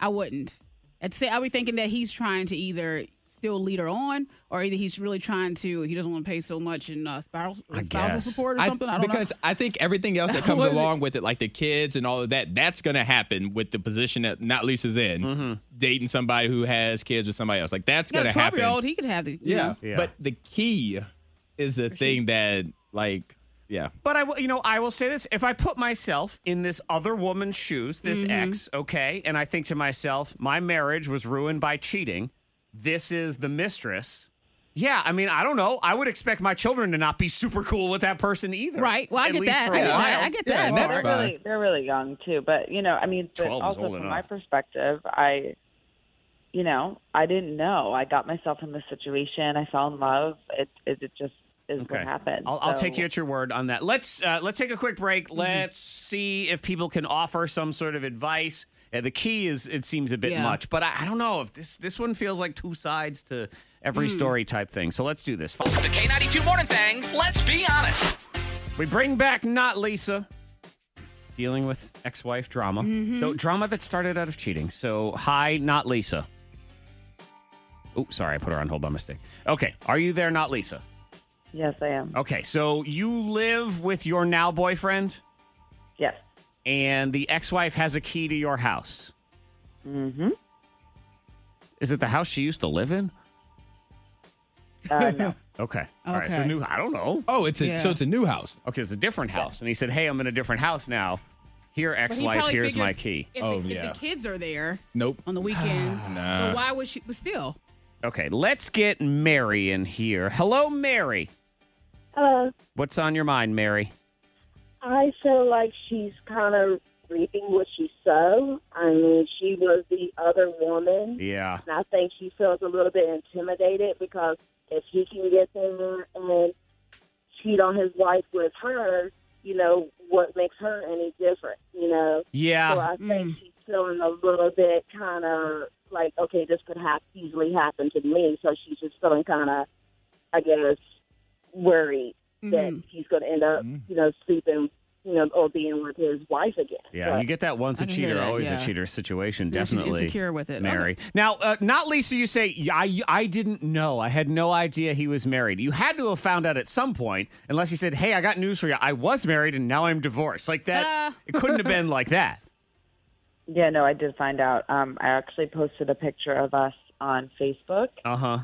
I wouldn't. I'd say I would be thinking that he's trying to either still lead her on, or either he's really trying to. He doesn't want to pay so much in uh, spousal, spousal Yes. support or something. I, don't because know. I think everything else that comes What is along with it, like the kids and all of that, that's going to happen with the position that not Lisa's in, dating somebody who has kids with somebody else. Like that's Mm-hmm. going You got to a twelve happen. year old. He could have the. you yeah. know. but the key is the thing that, like, yeah, But I, will- you know, I will say this: if I put myself in this other woman's shoes, this Mm-hmm. ex, okay, and I think to myself, my marriage was ruined by cheating. This is the mistress. Yeah, I mean, I don't know. I would expect my children to not be super cool with that person either. Right. Well, I At get least that. for a I get while. that. I get that. Well, they're really, they're really young too, but you know, I mean, but 12 is also old from enough. my perspective, I, you know, I didn't know. I got myself in this situation. I fell in love. It it, it just is what happened. I'll, I'll So- Mm-hmm. take you at your word on that. Let's uh, let's take a quick break. Let's see if people can offer some sort of advice Uh, the key is it seems a bit Yeah. much, but I, I don't know if this this one feels like two sides to every Mm. story type thing. So let's do this. The K92 Morning Thangs, let's be honest. We bring back not Lisa. Dealing with ex-wife drama. No, drama that started out of cheating. So, hi, not Lisa. Oh, sorry, I put her on hold by mistake. Okay, are you there, not Lisa? Yes, I am. Okay, so you live with your now boyfriend? Yes. And the ex-wife has a key to your house. Mm-hmm. Is it the house she used to live in? Uh, no. Okay. All right. So Okay. new. I don't know. Oh, it's a- Yeah. so it's a new house. Okay, it's a different house. And he said, "Hey, I'm in a different house now. Here, But he ex-wife. probably Here's my figures key." If, the, if the kids are there nope. on the weekends, Nah. but why would she? But still, Okay, let's get Mary in here. Hello, Mary. Hello. What's on your mind, Mary? Uh, I feel like she's kind of reaping what she sowed. I mean, she was the other woman. Yeah. And I think she feels a little bit intimidated because if he can get there and cheat on his wife with her, you know, what makes her any different, you know? Yeah. So I think she's feeling a little bit kind of like, okay, this could hap- easily happen to me. So she's just feeling kind of, I guess, worried that Mhm. he's going to end up, Mm-hmm. you know, sleeping, you know, or being with his wife again. Yeah, you get that once I a can hear cheater, that, always yeah. a cheater situation. Yeah, she's Definitely insecure with it. Mary. Now, uh, not Lisa. You say "Yeah, I I didn't know. I had no idea he was married. You had to have found out at some point, unless he said, "Hey, I got news for you. I was married and now I'm divorced." Like that. Ah. it couldn't have been like that. Yeah, no, I did find out. Um, I actually posted a picture of us on Facebook, Uh huh.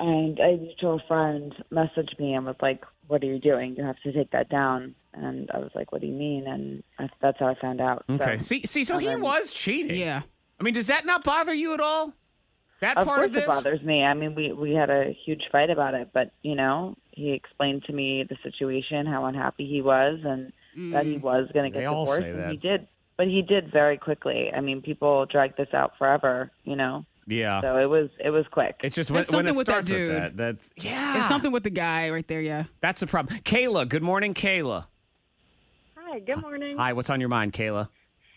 and a mutual friend messaged me and was like, "What are you doing? You have to take that down." And I was like, "What do you mean?" And I, that's how I found out. Okay. So, see, see. So and he then- was cheating. Yeah. I mean, does that not bother you at all? That of part course of this. it bothers me. I mean, we we had a huge fight about it, but you know, he explained to me the situation, how unhappy he was, and that he Mm. was going to They get all divorced. say and that. he did, but he did very quickly. I mean, people drag this out forever, you know. Yeah. So it was it was quick. It's just when, There's when it something with that starts with dude. that. That's yeah. it's something with the guy right there. Yeah. That's the problem. Kayla. Good morning, Kayla. Hi, good morning. Hi. What's on your mind, Kayla?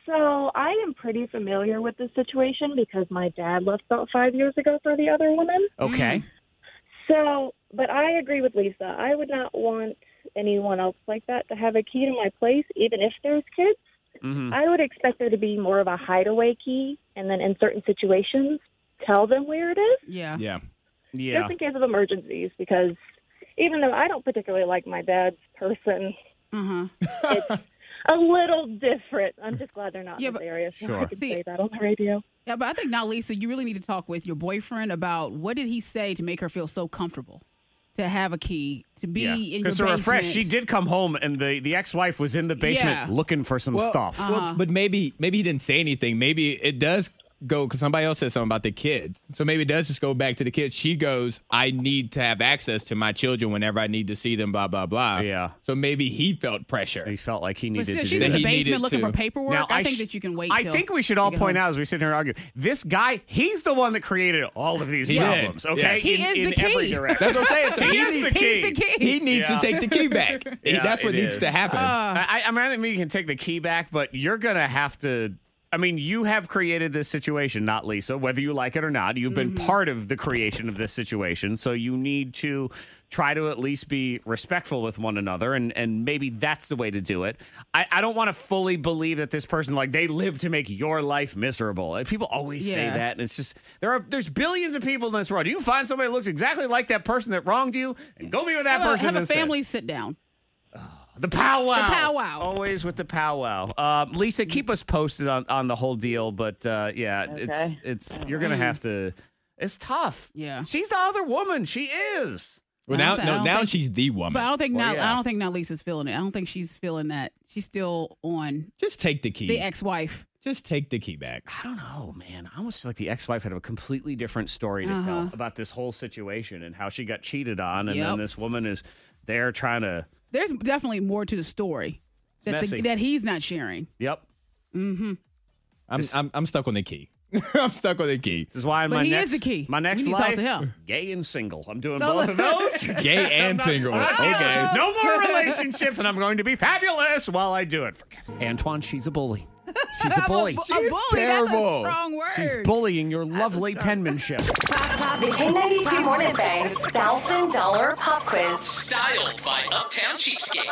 So I am pretty familiar with this situation because my dad left about five years ago for the other woman. Okay. So, but I agree with Lisa. I would not want anyone else like that to have a key to my place, even if there's kids. Mm-hmm. I would expect there to be more of a hideaway key, and then in certain situations, tell them where it is. Yeah. Yeah. Yeah. Just in case of emergencies, because even though I don't particularly like my dad's person, it's a little different. I'm just glad they're not in this area. so I can say that on the radio. Yeah, but I think now, Lisa, you really need to talk with your boyfriend about what did he say to make her feel so comfortable to have a key to be in your Because to refresh, she basement. did come home and the, the ex wife was in the basement Yeah. looking for some Well, um, stuff. well, but maybe maybe he didn't say anything. Maybe it does go because somebody else said something about the kids. So maybe it does just go back to the kids. She goes, I need to have access to my children whenever I need to see them. Blah blah blah. Yeah. So maybe he felt pressure. He felt like he But needed since to she's do in that. the basement looking for paperwork, I think that you can wait I till think we should you all get point home. out as we sit here and argue this guy, he's the one that created all of these He did. problems, okay? Yes. He in, is in the every key. direction. That's what I'm saying. So he, he is the needs- key. Uh, he's the key. He needs to take the key back. He- that's what it needs to happen. Ah. I, I mean, I think you can take the key back, but you're going to have to. I mean, you have created this situation, not Lisa, whether you like it or not. You've Mm-hmm. been part of the creation of this situation. So you need to try to at least be respectful with one another. And, and maybe that's the way to do it. I, I don't want to fully believe that this person, like, they live to make your life miserable. And People always say Yeah. that. And it's just, there are, there's billions of people in this world. You can find somebody that looks exactly like that person that wronged you and go be with that have a, person have a instead. family sit down. The powwow. The powwow. Mm. Always with the powwow. Um, Lisa, keep us posted on, on the whole deal, but uh, yeah, it's Okay. it's you're gonna Mm. have to. It's tough. Yeah. She's the other woman. She is. Well, I now don't thi- I no, don't now think- she's the woman. But I don't Oh, think Well, now yeah. I don't think now Lisa's feeling it. I don't think she's feeling that. She's still on Just take the key. Mm. the ex-wife. Just take the key back. I don't know, man. I almost feel like the ex-wife had a completely different story to Uh-huh. tell about this whole situation and how she got cheated on, and then Yep. this woman is there trying to. There's definitely more to the story that messy. the, that he's not sharing. Yep. Mm-hmm. I'm, I'm I'm stuck on the key. I'm stuck on the key. This is why But my he next is the key. my We next need to talk life to him. gay and single. I'm doing Don't- both of those. Gay and single. Ah! Okay. No more relationships, and I'm going to be fabulous while I do it. Forget it. Antoine, she's a bully. She's a bully. bu- a She's bully, that's a terrible. strong word. She's bullying your lovely penmanship. The K92 Morning Thang's $1,000 pop quiz. Styled by Uptown Cheapskate.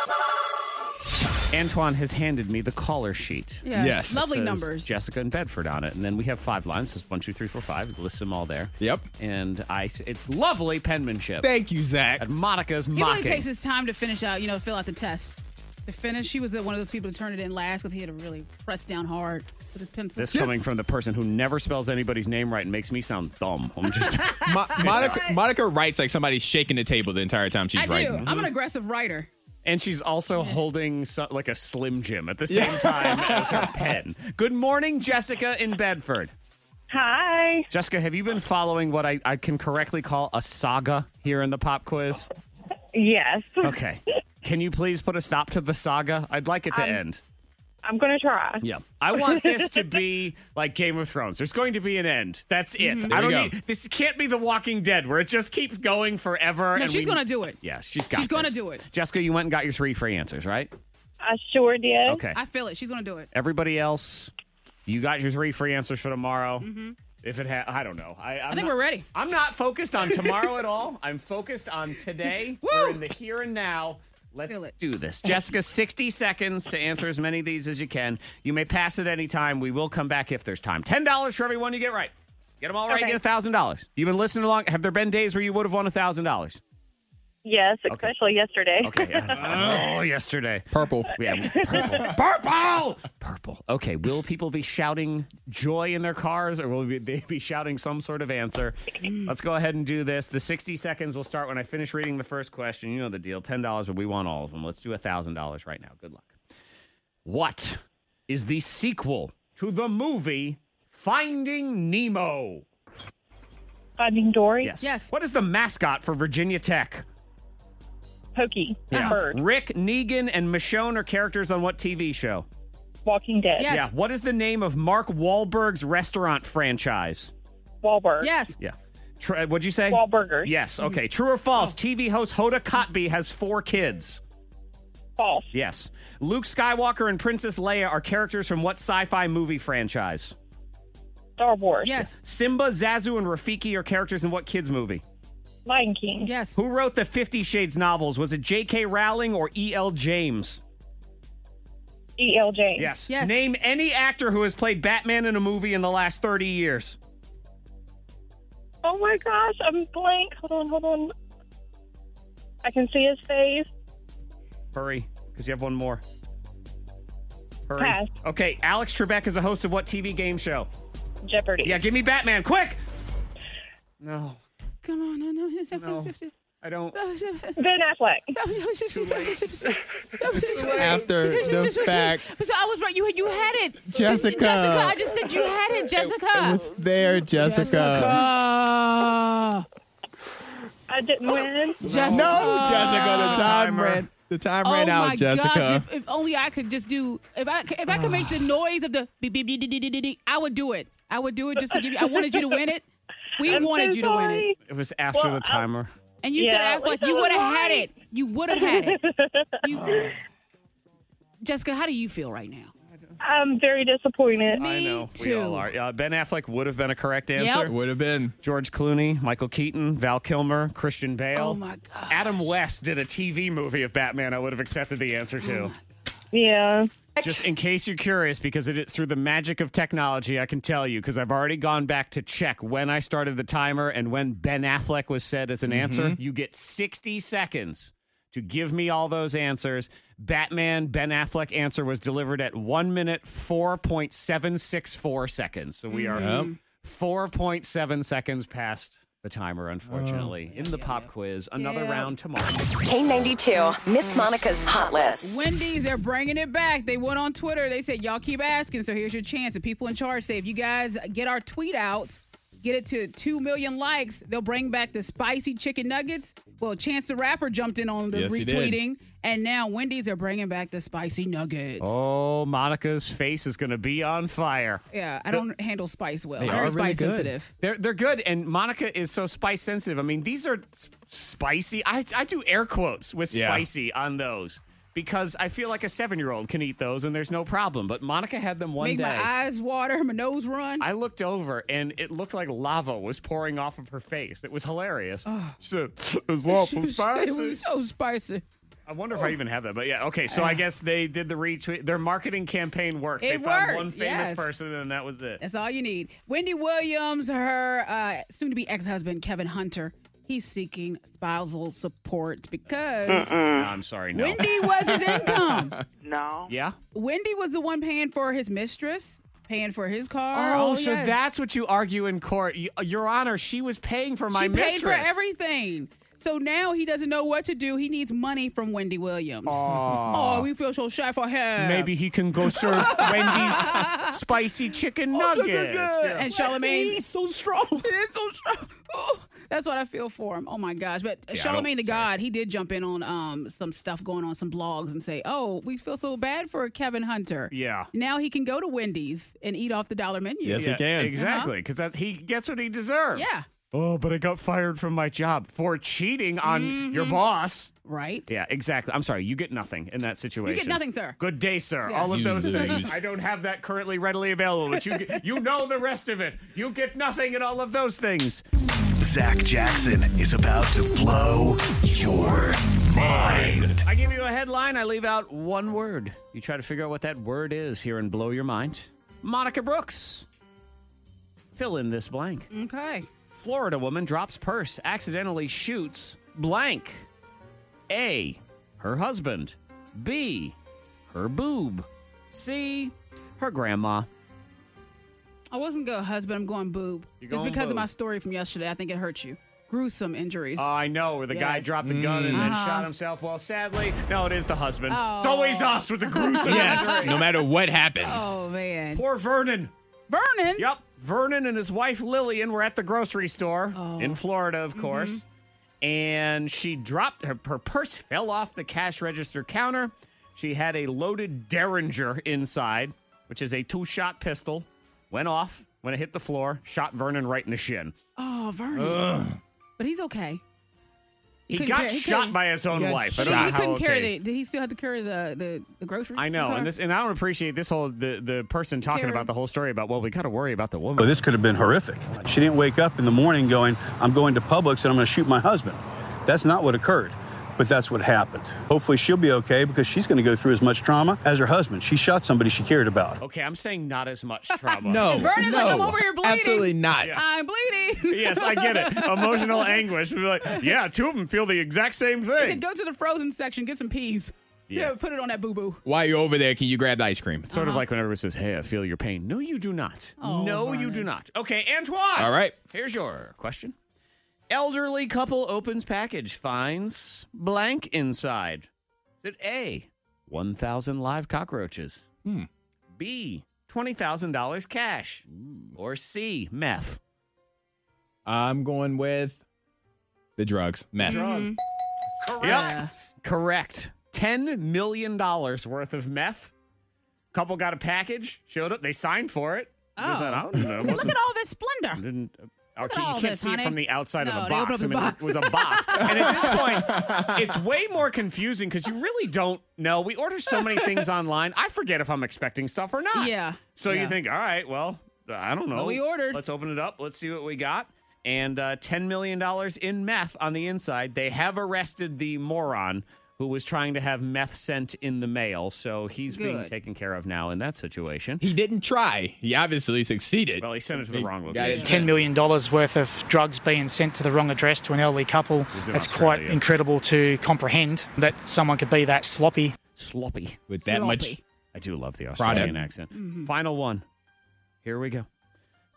Antoine has handed me the caller sheet. Yes. Yes. It Lovely says numbers. Jessica and Bedford on it, and then we have five lines. It's one, two, three, four, five. It lists them all there. Yep. And I, s- it's lovely penmanship. Thank you, Zach. And Monica's He mocking. really takes his time to finish out, you know, fill out the test. To finish, she was one of those people to turn it in last because he had to really press down hard with his pencil. this coming from the person who never spells anybody's name right and makes me sound dumb. I'm just Mo- Monica, Monica writes like somebody's shaking the table the entire time she's I do. writing. I'm an aggressive writer. And she's also holding so, like a Slim Jim at the same Yeah. time as her pen. Good morning, Jessica in Bedford. Hi. Jessica, have you been following what I, I can correctly call a saga here in the pop quiz? Yes. Okay. Can you please put a stop to the saga? I'd like it to Um, end. I'm going to try. Yeah. I want this to be like Game of Thrones. There's going to be an end. That's it. Mhm. I There don't you go. need this can't be The Walking Dead where it just keeps going forever. No, and she's we- gonna do it. Yeah, she's got She's gonna this. do it. Jessica, you went and got your three free answers, right? I sure did. Okay. I feel it. She's gonna do it. Everybody else, you got your three free answers for tomorrow. If it ha- I don't know. I, I'm Mm-hmm. think not- we're ready. I'm not focused on tomorrow at all. I'm focused on today. We're in the here and now. Let's Feel it. do this. Jessica, 60 seconds to answer as many of these as you can. You may pass at any time. We will come back if there's time. $10 for everyone you get right. Get them all right, Okay. get $1,000. You've been listening along. Have there been days where you would have won $1,000? Yes, especially yesterday. Okay. Oh, yesterday. Purple. Yeah, purple. purple! Purple. Okay, will people be shouting joy in their cars or will they be shouting some sort of answer? Let's go ahead and do this. The 60 seconds will start when I finish reading the first question. You know the deal $10, but we want all of them. Let's do $1,000 right now. Good luck. What is the sequel to the movie Finding Nemo? Finding Dory? Yes. Yes. What is the mascot for Virginia Tech? Pokey. Bird. Rick Negan and Michonne are characters on what TV show? Walking Dead. Yeah. What is the name of Mark Wahlberg's restaurant franchise? Wahlberg. Yes. Yeah. Tr- uh, what'd you say? Wahlburgers. Yes. Okay. True or false? TV host Hoda Kotb has four kids. False. Yes. Luke Skywalker and Princess Leia are characters from what sci-fi movie franchise? Star Wars. Yes. Simba, Zazu, and Rafiki are characters in what kids movie? Lion King. Yes. Who wrote the Fifty Shades novels? Was it J.K. Rowling or E.L. James? E.L. James. Yes. Name any actor who has played Batman in a movie in the last 30 years. Oh my gosh, I'm blank. Hold on, hold on. I can see his face. Hurry, because you have one more. Hurry. Pass. Okay, Alex Trebek is a host of what TV game show? Jeopardy. Yeah, give me Batman, quick! No. Come on, no, no, no, no. I don't. Ben Affleck. After the fact. But so I was right. You you had it, Jessica. Jessica, I just said you had it, Jessica. It was there, Jessica. Jessica. I didn't Oh. win. Jessica. No, Jessica, the time Timer. ran. The time oh ran out, my Jessica. gosh! If, if only I could just do if I c- if I could make the noise of the beep beep beep beep, beep beep, beep, I would do it. I would do it just to give you. I wanted you to win it. We I'm so wanted you to win it, sorry. It was after Well, uh, the timer. and you Yeah, said Affleck. it's You a would have had lie. it. You would have had it. You, Jessica, how do you feel right now? I'm very disappointed. I know. We all are. Uh, ben Affleck would have been a correct answer. Would have been. George Clooney, Michael Keaton, Val Kilmer, Christian Bale. Oh my god! Adam West did a TV movie of Batman I would have accepted the answer Oh to. Yeah. Just in case you're curious, because it is through the magic of technology, I can tell you because I've already gone back to check when I started the timer and when Ben Affleck was said as an answer. You get 60 seconds to give me all those answers. Batman Ben Affleck answer was delivered at one minute 4.764 seconds. So we are 4.7 seconds past the timer, unfortunately. in the pop quiz, another round tomorrow. K92, Miss Monica's Hot List. Wendy's, they're bringing it back. They went on Twitter. They said, y'all keep asking, so here's your chance. The people in charge say, if you guys get our tweet out, get it to 2 million likes, they'll bring back the spicy chicken nuggets. Well, Chance the Rapper jumped in on the Yes, he did. retweeting, and now Wendy's are bringing back the spicy nuggets. Oh, Monica's face is going to be on fire. Yeah, I don't handle spice well. They I'm are spice really good. sensitive. They're they're good, and Monica is so spice sensitive. I mean, these are s- spicy. I I do air quotes with Yeah. spicy on those. because I feel like a seven year old can eat those and there's no problem. But Monica had them one Make day. my eyes water, my nose run. I looked over and it looked like lava was pouring off of her face. It was hilarious. So, it was awful it spicy. was so spicy. I wonder if I even have that, but yeah, okay. So I guess they did the retweet. Their marketing campaign worked. they It found worked, one famous yes. person, and that was it. That's all you need. Wendy Williams, her uh, soon to be ex husband, Kevin Hunter, he's seeking spousal support because No, I'm sorry. No. Wendy was his income. No. Yeah. Wendy was the one paying for his mistress, paying for his car. Oh, so yes. that's what you argue in court, You- Your Honor. She was paying for my she mistress. paid for everything. So now he doesn't know what to do. He needs money from Wendy Williams. Aw. Oh, we feel so shy for her. Maybe he can go serve Wendy's spicy chicken nuggets. Yeah. Oh, And Charlemagne. Why is he so strong. It is so strong. Oh, that's what I feel for him. Oh my gosh. But Yeah, I Charlemagne don't- the God, he did jump in on um some stuff going on, some blogs, and say, Oh, we feel so bad for Kevin Hunter. Yeah. Now he can go to Wendy's and eat off the dollar menu. Yeah, Exactly, because he gets what he deserves. Uh-huh. Yeah. Oh, but I got fired from my job for cheating on Mm-hmm. your boss. Right. Yeah, exactly. I'm sorry. You get nothing in that situation. nothing, sir. Good day, sir. Yes. All of You those things. lose. I don't have that currently readily available, but you you know the rest of it. You get nothing in all of those things. Zach Jackson is about to blow your mind. I give you a headline. I leave out one word. You try to figure out what that word is here and blow your mind. Monica Brooks. Fill in this blank. Okay. Florida woman drops purse, accidentally shoots blank. A. Her husband. B. Her boob. C. Her grandma. I wasn't going husband, I'm going boob. You're it's going because boob. of my story from yesterday. I think it hurt you. Gruesome injuries. Oh, I know, where the guy Yes. dropped the gun and then Uh-huh. shot himself. Well, sadly, no, it is the husband. It's Oh. always us with the gruesome Yes, injury. no matter what happened. oh man. Poor Vernon. Vernon? Yep. Vernon and his wife Lillian were at the grocery store Oh. in Florida, of Mm-hmm. course. And she dropped her, her purse, fell off the cash register counter. She had a loaded Derringer inside, which is a two shot pistol. Went off when it hit the floor, shot Vernon right in the shin. Oh, Vernon. But he's okay. He, couldn't got carry- he shot couldn't- by his own got wife. I But don't know he, he how couldn't carry okay. the. Did he still have to carry the the, the groceries? I in the know, car? and this, and I don't appreciate this whole the the person talking Carry- about the whole story about well, we got to worry about the woman. But this could have been horrific. She didn't wake up in the morning going, I'm going to Publix and I'm going to shoot my husband. That's not what occurred, but that's what happened. Hopefully she'll be okay because she's going to go through as much trauma as her husband. She shot somebody she cared about. Okay, I'm saying not as much trauma. No, Vernon's like, I'm no, over here bleeding. absolutely not. I'm bleeding. yes, I get it. Emotional anguish. We're like, yeah, two of them feel the exact same He said, thing. go to the frozen section, get some peas. Yeah. Yeah, put it on that boo boo. While you're over there, can you grab the ice cream? Sort of like when everyone says, "Hey, I feel your pain." No, you do not. no, you do not. Okay, Antoine. All right. Here's your question. Elderly couple opens package, finds blank inside. Is it A, 1,000 live cockroaches? Hmm. B, $20,000 cash? Or C, meth? I'm going with the drugs, meth. Mm-hmm. Correct. Correct. Ten million dollars worth of meth. Couple got a package, showed up, they signed for it. They Oh. said, I don't know. it Look wasn't- at all this splendor. didn't- uh, Look okay, at all you can't this, see it honey. from the outside No, of the they box. I opened mean, up the it was a box. and at this point, it's way more confusing because you really don't know. We order so many things online. I forget if I'm expecting stuff or not. Yeah. So you Yeah. think, all right, well, I don't know. What we ordered. Let's open it up. Let's see what we got. And uh, ten million dollars in meth on the inside. They have arrested the moron who was trying to have meth sent in the mail. So he's being Good. taken care of now in that situation. He didn't try. He obviously succeeded. Well, he sent it to the wrong got it. location. $10 million worth of drugs being sent to the wrong address to an elderly couple. in It's quite Australia. incredible to comprehend that someone could be that sloppy. sloppy with that much. Sloppy. I do love the Australian Product. accent. Final one. Here we go.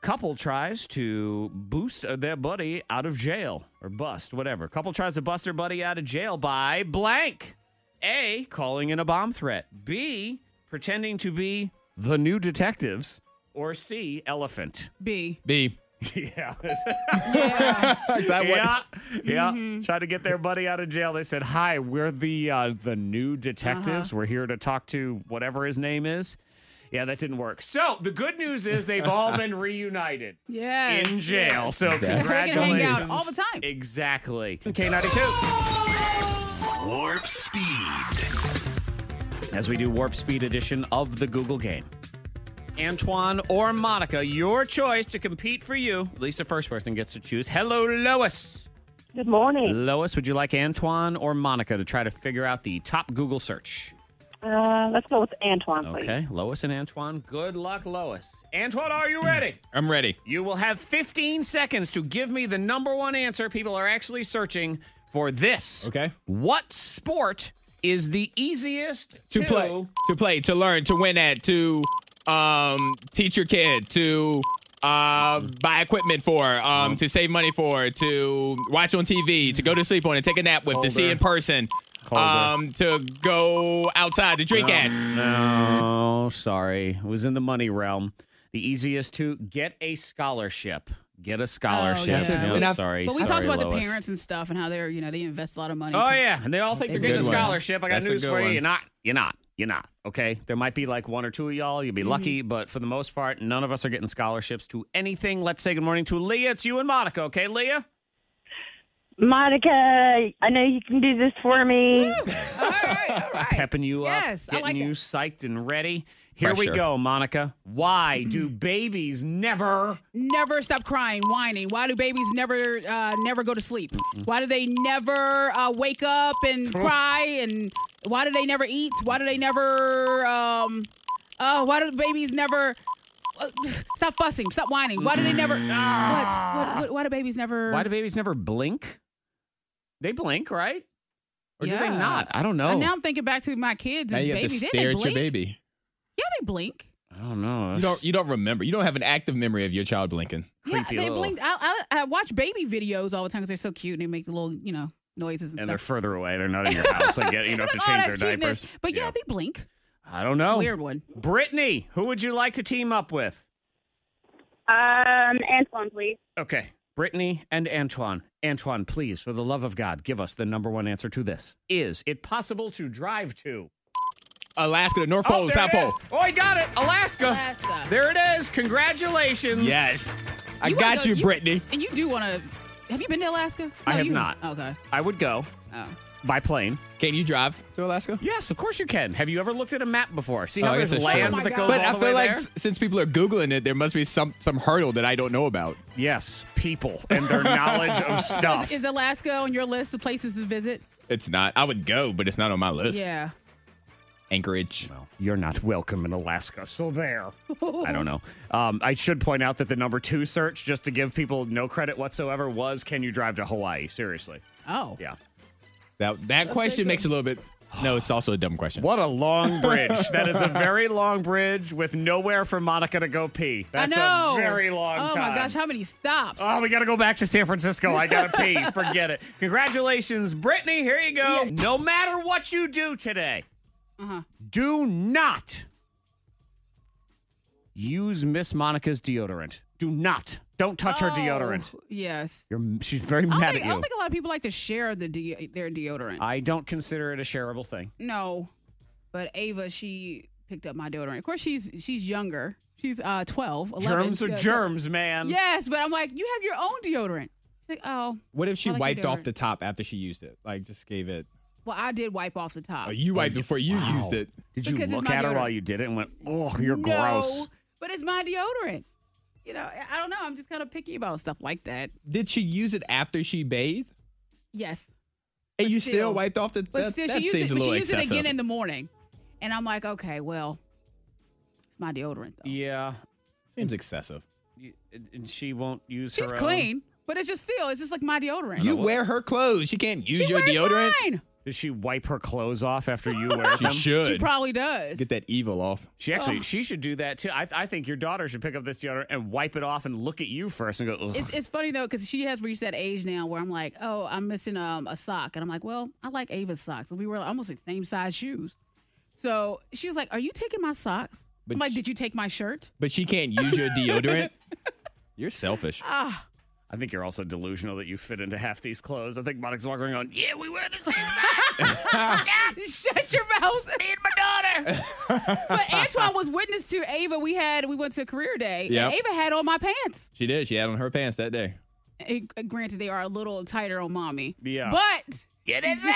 Couple tries to boost uh, their buddy out of jail or bust, whatever. Couple tries to bust their buddy out of jail by blank. A, calling in a bomb threat. B, pretending to be the new detectives. Or C, elephant. B. B. yeah. Is that what- Mm-hmm. yeah. Yeah. Try to get their buddy out of jail. They said, "Hi, we're the uh, the new detectives. Uh-huh. We're here to talk to whatever his name is." Yeah, that didn't work. So the good news is they've all been reunited Yes. in jail. So They can congratulations. hang out all the time. Exactly. K ninety two. Warp speed. as we do Warp Speed Edition of the Google Game. Antoine or Monica, your choice to compete for you. At least the first person gets to choose. Hello, Lois. Good Oh. morning. Lois, would you like Antoine or Monica to try to figure out the top Google search? Uh, let's go with Antoine, please. Okay, Lois and Antoine. Good luck, Lois. Antoine, are you ready? I'm ready. You will have 15 seconds to give me the number one answer. People are actually searching for this. Okay. What sport is the easiest To play, to play, to learn, to win at, to um, teach your kid, to uh, buy equipment for, um, to save money for, to watch on TV, to go to sleep on and take a nap with, to see Colder. in person, um, to go outside to drink at. No, Oh, sorry. It was in the money realm. The easiest to get a scholarship. Get a scholarship. Oh, yeah. That's a- No, and I- sorry. But we sorry, talked about Lois. the parents and stuff and how they're, you know, they invest a lot of money. Oh yeah, and they all think That's you're a getting a good one. scholarship. I got That's a news good for you. one. You're not. You're not. You're not. Okay. There might be like one or two of y'all. You'll be lucky, Mm-hmm. but for the most part, none of us are getting scholarships to anything. Let's say good morning to Leah. It's you and Monica. Okay, Leah. Monica, I know you can do this for me. Pepping you Yes, up, I getting like you psyched and ready. Here we Pressure. go, Monica. Why do babies never? Never stop crying, whining. Why do babies never, uh, never go to sleep? Why do they never uh, wake up and cry? And why do they never eat? Why do they never? Um, uh, why do babies never? Uh, stop fussing. Stop whining. Why do they never? What? What, what? Why do babies never? Why do babies never blink? They blink, right? Or do they Yeah. not? I don't know. And now I'm thinking back to my kids Now and you have babies. to Yeah, stare they at your blink. baby. Yeah, they blink. I don't know. You don't, you don't remember. You don't have an active memory of your child blinking. Yeah, they blink. I, I, I watch baby videos all the time because they're so cute and they make the little, you know, noises and, and they're stuff. further away. They're not in your house. I get it. you don't have to oh, change that's their cuteness. diapers. But yeah, they blink. I don't know. Weird one. Brittany, who would you like to team up with? Um, Antoine, please. Okay, Brittany and Antoine. Antoine, please, for the love of God, give us the number one answer to this. Is it possible to drive to? Alaska, the North Pole, there South it Pole. is. Oh, I got it. Alaska. Alaska. There it is. Congratulations. Yes. I You wanna got go- you, Brittany. And you do want to. Have you been to Alaska? I No, have you- not. Okay. I would go Oh. by plane. Can you drive to Alaska? Yes, of course you can. Have you ever looked at a map before? See how Oh, I guess there's that's true. Oh land that goes But all I the feel way like there? s- since people are googling it, there must be some some hurdle that I don't know about. Yes, people and their knowledge of stuff. Is, is Alaska on your list of places to visit? It's not. I would go, but it's not on my list. Yeah. Anchorage. You're not welcome in Alaska, so there. I don't know. Um, I should point out that the number two search, just to give people no credit whatsoever, was can you drive to Hawaii? Seriously. Oh. Yeah. That that question makes it a little bit. No, it's also a dumb question. What a long bridge. that is a very long bridge with nowhere for Monica to go pee. That's I know. a very long oh time. my gosh, how many stops? Oh, we got to go back to San Francisco. I got to pee. Forget it. Congratulations, Brittany. Here you go. No matter what you do today, Uh-huh. do not use Miss Monica's deodorant. Do not. Don't touch her Oh, deodorant. Yes. You're, she's very I don't, mad at think, I you. don't think a lot of people like to share the de- their deodorant. I don't consider it a shareable thing. No, but Ava, she picked up my deodorant. Of course, she's she's younger. She's uh 12, 11. Germs are Yeah, so- germs, man. Yes, but I'm like, you have your own deodorant. She's like, oh. What if she I like your wiped off deodorant. the top after she used it? Like just gave it. Well, I did wipe off the top. Oh, you wiped before you used it. Did you Because it's look my at her deodorant. while you did it and went, oh, you're no, gross? but it's my deodorant. You know, I I don't know. I'm just kind of picky about stuff like that. Did she use it after she bathed? Yes, And But you still, still- wiped off the. but that, still, that she used seems it. a But little she used it excessive. again in the morning, and I'm like, okay, well, it's my deodorant. Though. Yeah. Seems excessive. You- and- And she won't use She's her own. clean, but it's just still, it's just like my deodorant. You wear her clothes. She can't use she your wears deodorant. mine. Does she wipe her clothes off after you wear She them? should She probably does. get that evil off. She actually, she should do that too. I, I think your daughter should pick up this deodorant and wipe it off and look at you first and go, Ugh. It's, it's funny though because she has reached that age now where I'm like, oh, I'm missing um, a sock, and I'm like, well, I like Ava's socks. We were almost the same size shoes, so she was like, "Are you taking my socks?" But I'm like, sh- "Did you take my shirt?" But she can't use your deodorant. You're selfish. Ah, I think you're also delusional that you fit into half these clothes. I think Monica's walking around, yeah, we wear the same shut your mouth. Me and my daughter. but Antoine was witness to Ava. We had we went to career day. and Yep. Ava had on my pants. She did. She had on her pants that day. Eh, granted, they are a little tighter on mommy. Yeah. But Get it, man.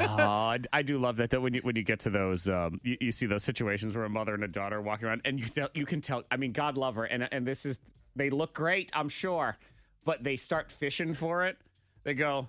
oh, I, I do love that. That when you when you get to those, um, you, you see those situations where a mother and a daughter are walking around, and you tell you can tell. I mean, God love her, and and this is they look great, I'm sure, but they start fishing for it. They go.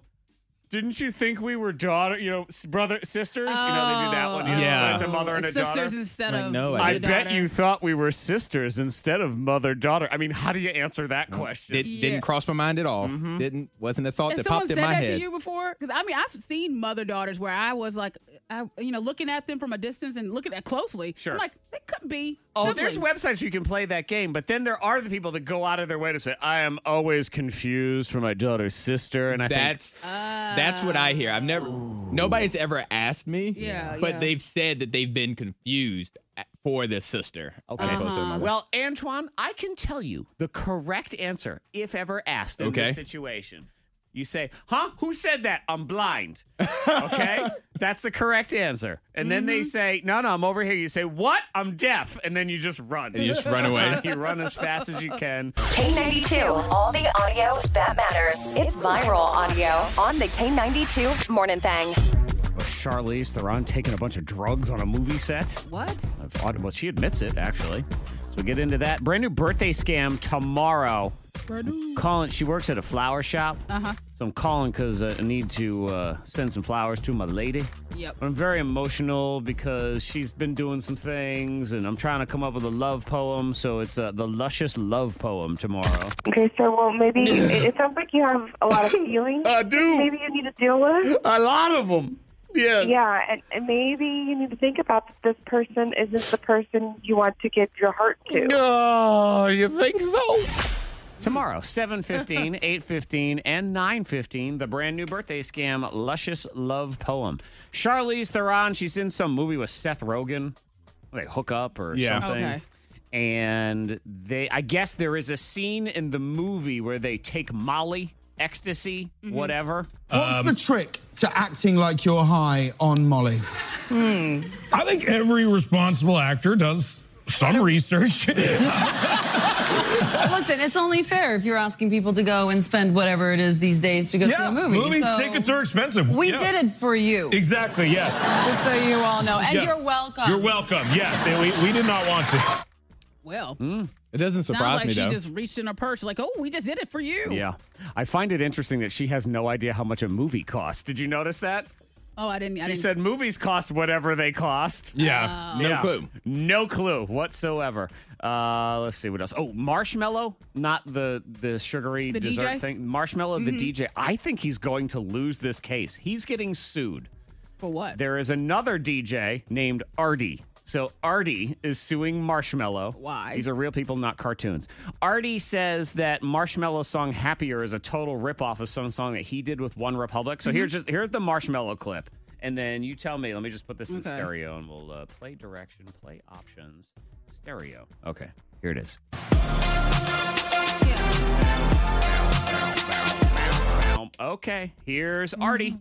Didn't you think we were daughter, you know, s- brother, sisters? you know, they do that one. you know, Yeah. it's a mother and a Oh. sisters daughter. instead Like, of no, I Your bet daughter. you thought we were sisters instead of mother daughter. I mean, how do you answer that question? Did, Didn't cross my mind at all. Didn't wasn't a thought And that someone popped said in my that head. to you before? Because I mean, I've seen mother daughters where I was like, I, you know, looking at them from a distance and looking at closely. Sure. I'm like, they could be. Oh, siblings. there's websites you can play that game, but then there are the people that go out of their way to say, "I am always confused for my daughter's sister," and I That's think that's what I hear. I've never nobody's ever asked me. Yeah, but yeah. they've said that they've been confused a- for the sister. Okay. Well, Antoine, I can tell you the correct answer if ever asked in Okay. this situation. You say, "Huh? Who said that? I'm blind." Okay, that's the correct answer. And then Mm-hmm. they say, "No, no, I'm over here." You say, "What? I'm deaf," and then you just run. And you just run away. you run as fast as you can. K92, all the audio that matters. It's viral audio on the K92 Morning Thing. Charlize Theron taking a bunch of drugs on a movie set. What? I've aud- Well, she admits it, actually. So we get into that. Brand new birthday scam tomorrow. Brand I'm Calling, she works at a flower shop. Uh-huh. So I'm calling because I need to uh, send some flowers to my lady. Yep. I'm very emotional because she's been doing some things, and I'm trying to come up with a love poem. So it's uh, the luscious love poem tomorrow. Okay, so well, maybe it, it sounds like you have a lot of feelings. Uh, I do. Maybe you need to deal with. A lot of them. Yeah. Yeah, and, and maybe you need to think about that this person isn't the person you want to give your heart to. Oh, you think so? Tomorrow, 7.15, 8.15, and 9.15, the brand new birthday scam, Luscious Love Poem. Charlize Theron, she's in some movie with Seth Rogen. They hook up or Yeah. something. Okay. And they, I guess there is a scene in the movie where they take Molly, ecstasy, Mm-hmm. whatever. What's the trick to acting like you're high on Molly? I think every responsible actor does some research. Listen, it's only fair if you're asking people to go and spend whatever it is these days to go see Yeah, a movie. movie so tickets are expensive. We Yeah. did it for you. exactly, yes. Just so you all know. And Yeah. you're welcome. You're welcome, yes. And we, we did not want to. Well, It doesn't sounds surprise like me she though. just reached in her purse, like, oh, we just did it for you. Yeah. I find it interesting that she has no idea how much a movie costs. Did you notice that? Oh, I didn't. I She didn't. said movies cost whatever they cost. Yeah. Oh. No clue. No clue whatsoever. Uh, let's see what else. Oh, marshmallow, not the the sugary The dessert DJ? thing. Marshmallow, Mm-hmm. the DJ. I think he's going to lose this case. He's getting sued. For what? There is another DJ named Artie. So Artie is suing Marshmallow. Why? These are real people, not cartoons. Artie says that Marshmallow's song "Happier" is a total ripoff of some song that he did with One Republic. So Mhm. here's just here's the Marshmallow clip, and then you tell me. Let me just put this in Okay. stereo, and we'll uh, play direction, play options, stereo. Okay, here it is. Um, Okay, here's Artie.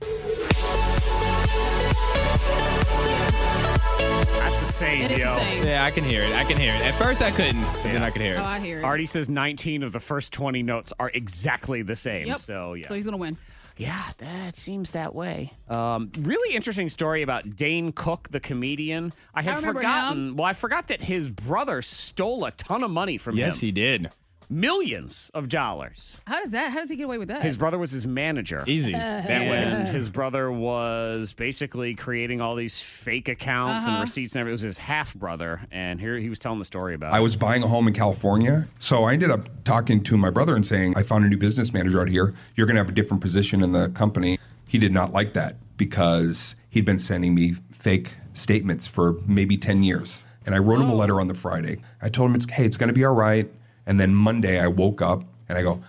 Mm-hmm. That's the same, It is the yo. same. Yeah, I can hear it. I can hear it. At first, I couldn't, but then I could hear it. Oh, I hear it. Artie says 19 of the first 20 notes are exactly the same. Yep. So, yeah. So he's gonna win. Yeah, that seems that way. Um, really interesting story about Dane Cook, the comedian. I had I remember forgotten. Well, I forgot that his brother stole a ton of money from him. Yes, he did. Millions of dollars. How does that? How does he get away with that? His brother was his manager. Easy. That way. And his brother was basically creating all these fake accounts Uh-huh. and receipts and everything. It was his half brother. And here he was telling the story about I was buying a home in California. So I ended up talking to my brother and saying, I found a new business manager out here. You're going to have a different position in the company. He did not like that because he'd been sending me fake statements for maybe 10 years. And I wrote Oh, him a letter on the Friday. I told him, it's, hey, it's going to be all right. And then Monday I woke up and I go,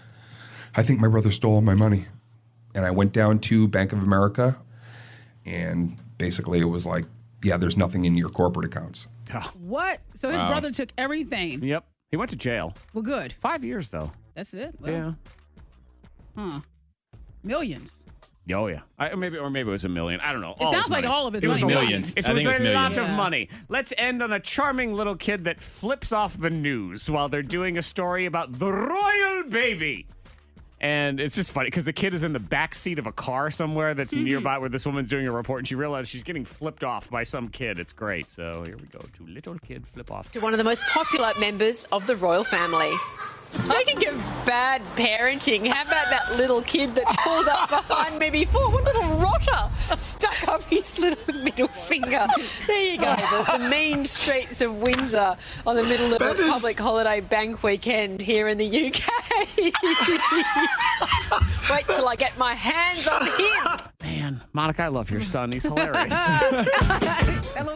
I think my brother stole all my money. And I went down to Bank of America and basically it was like, yeah, there's nothing in your corporate accounts. What? So his Wow. brother took everything. Yep. He went to jail. Well, good. Five years, though. That's it. Well, Huh. Millions. Oh yeah, I, maybe or maybe it was a million. I don't know. It sounds like all of his It was money. a lot. Millions. It I was think it was a lot millions. of Yeah. money. Let's end on a charming little kid that flips off the news while they're doing a story about the royal baby. And it's just funny because the kid is in the back seat of a car somewhere that's Mm-hmm. nearby where this woman's doing a report, and she realizes she's getting flipped off by some kid. It's great. So here we go to little kid flip off. to one of the most popular members of the royal family. Speaking of bad parenting, how about that little kid that pulled up behind me before? What a little rotter stuck up his little middle finger. There you go, the, the mean streets of Windsor on the middle of That a is- public holiday bank weekend here in the UK. Wait till I get my hands on him. Man, Monica, I love your son. He's hilarious. The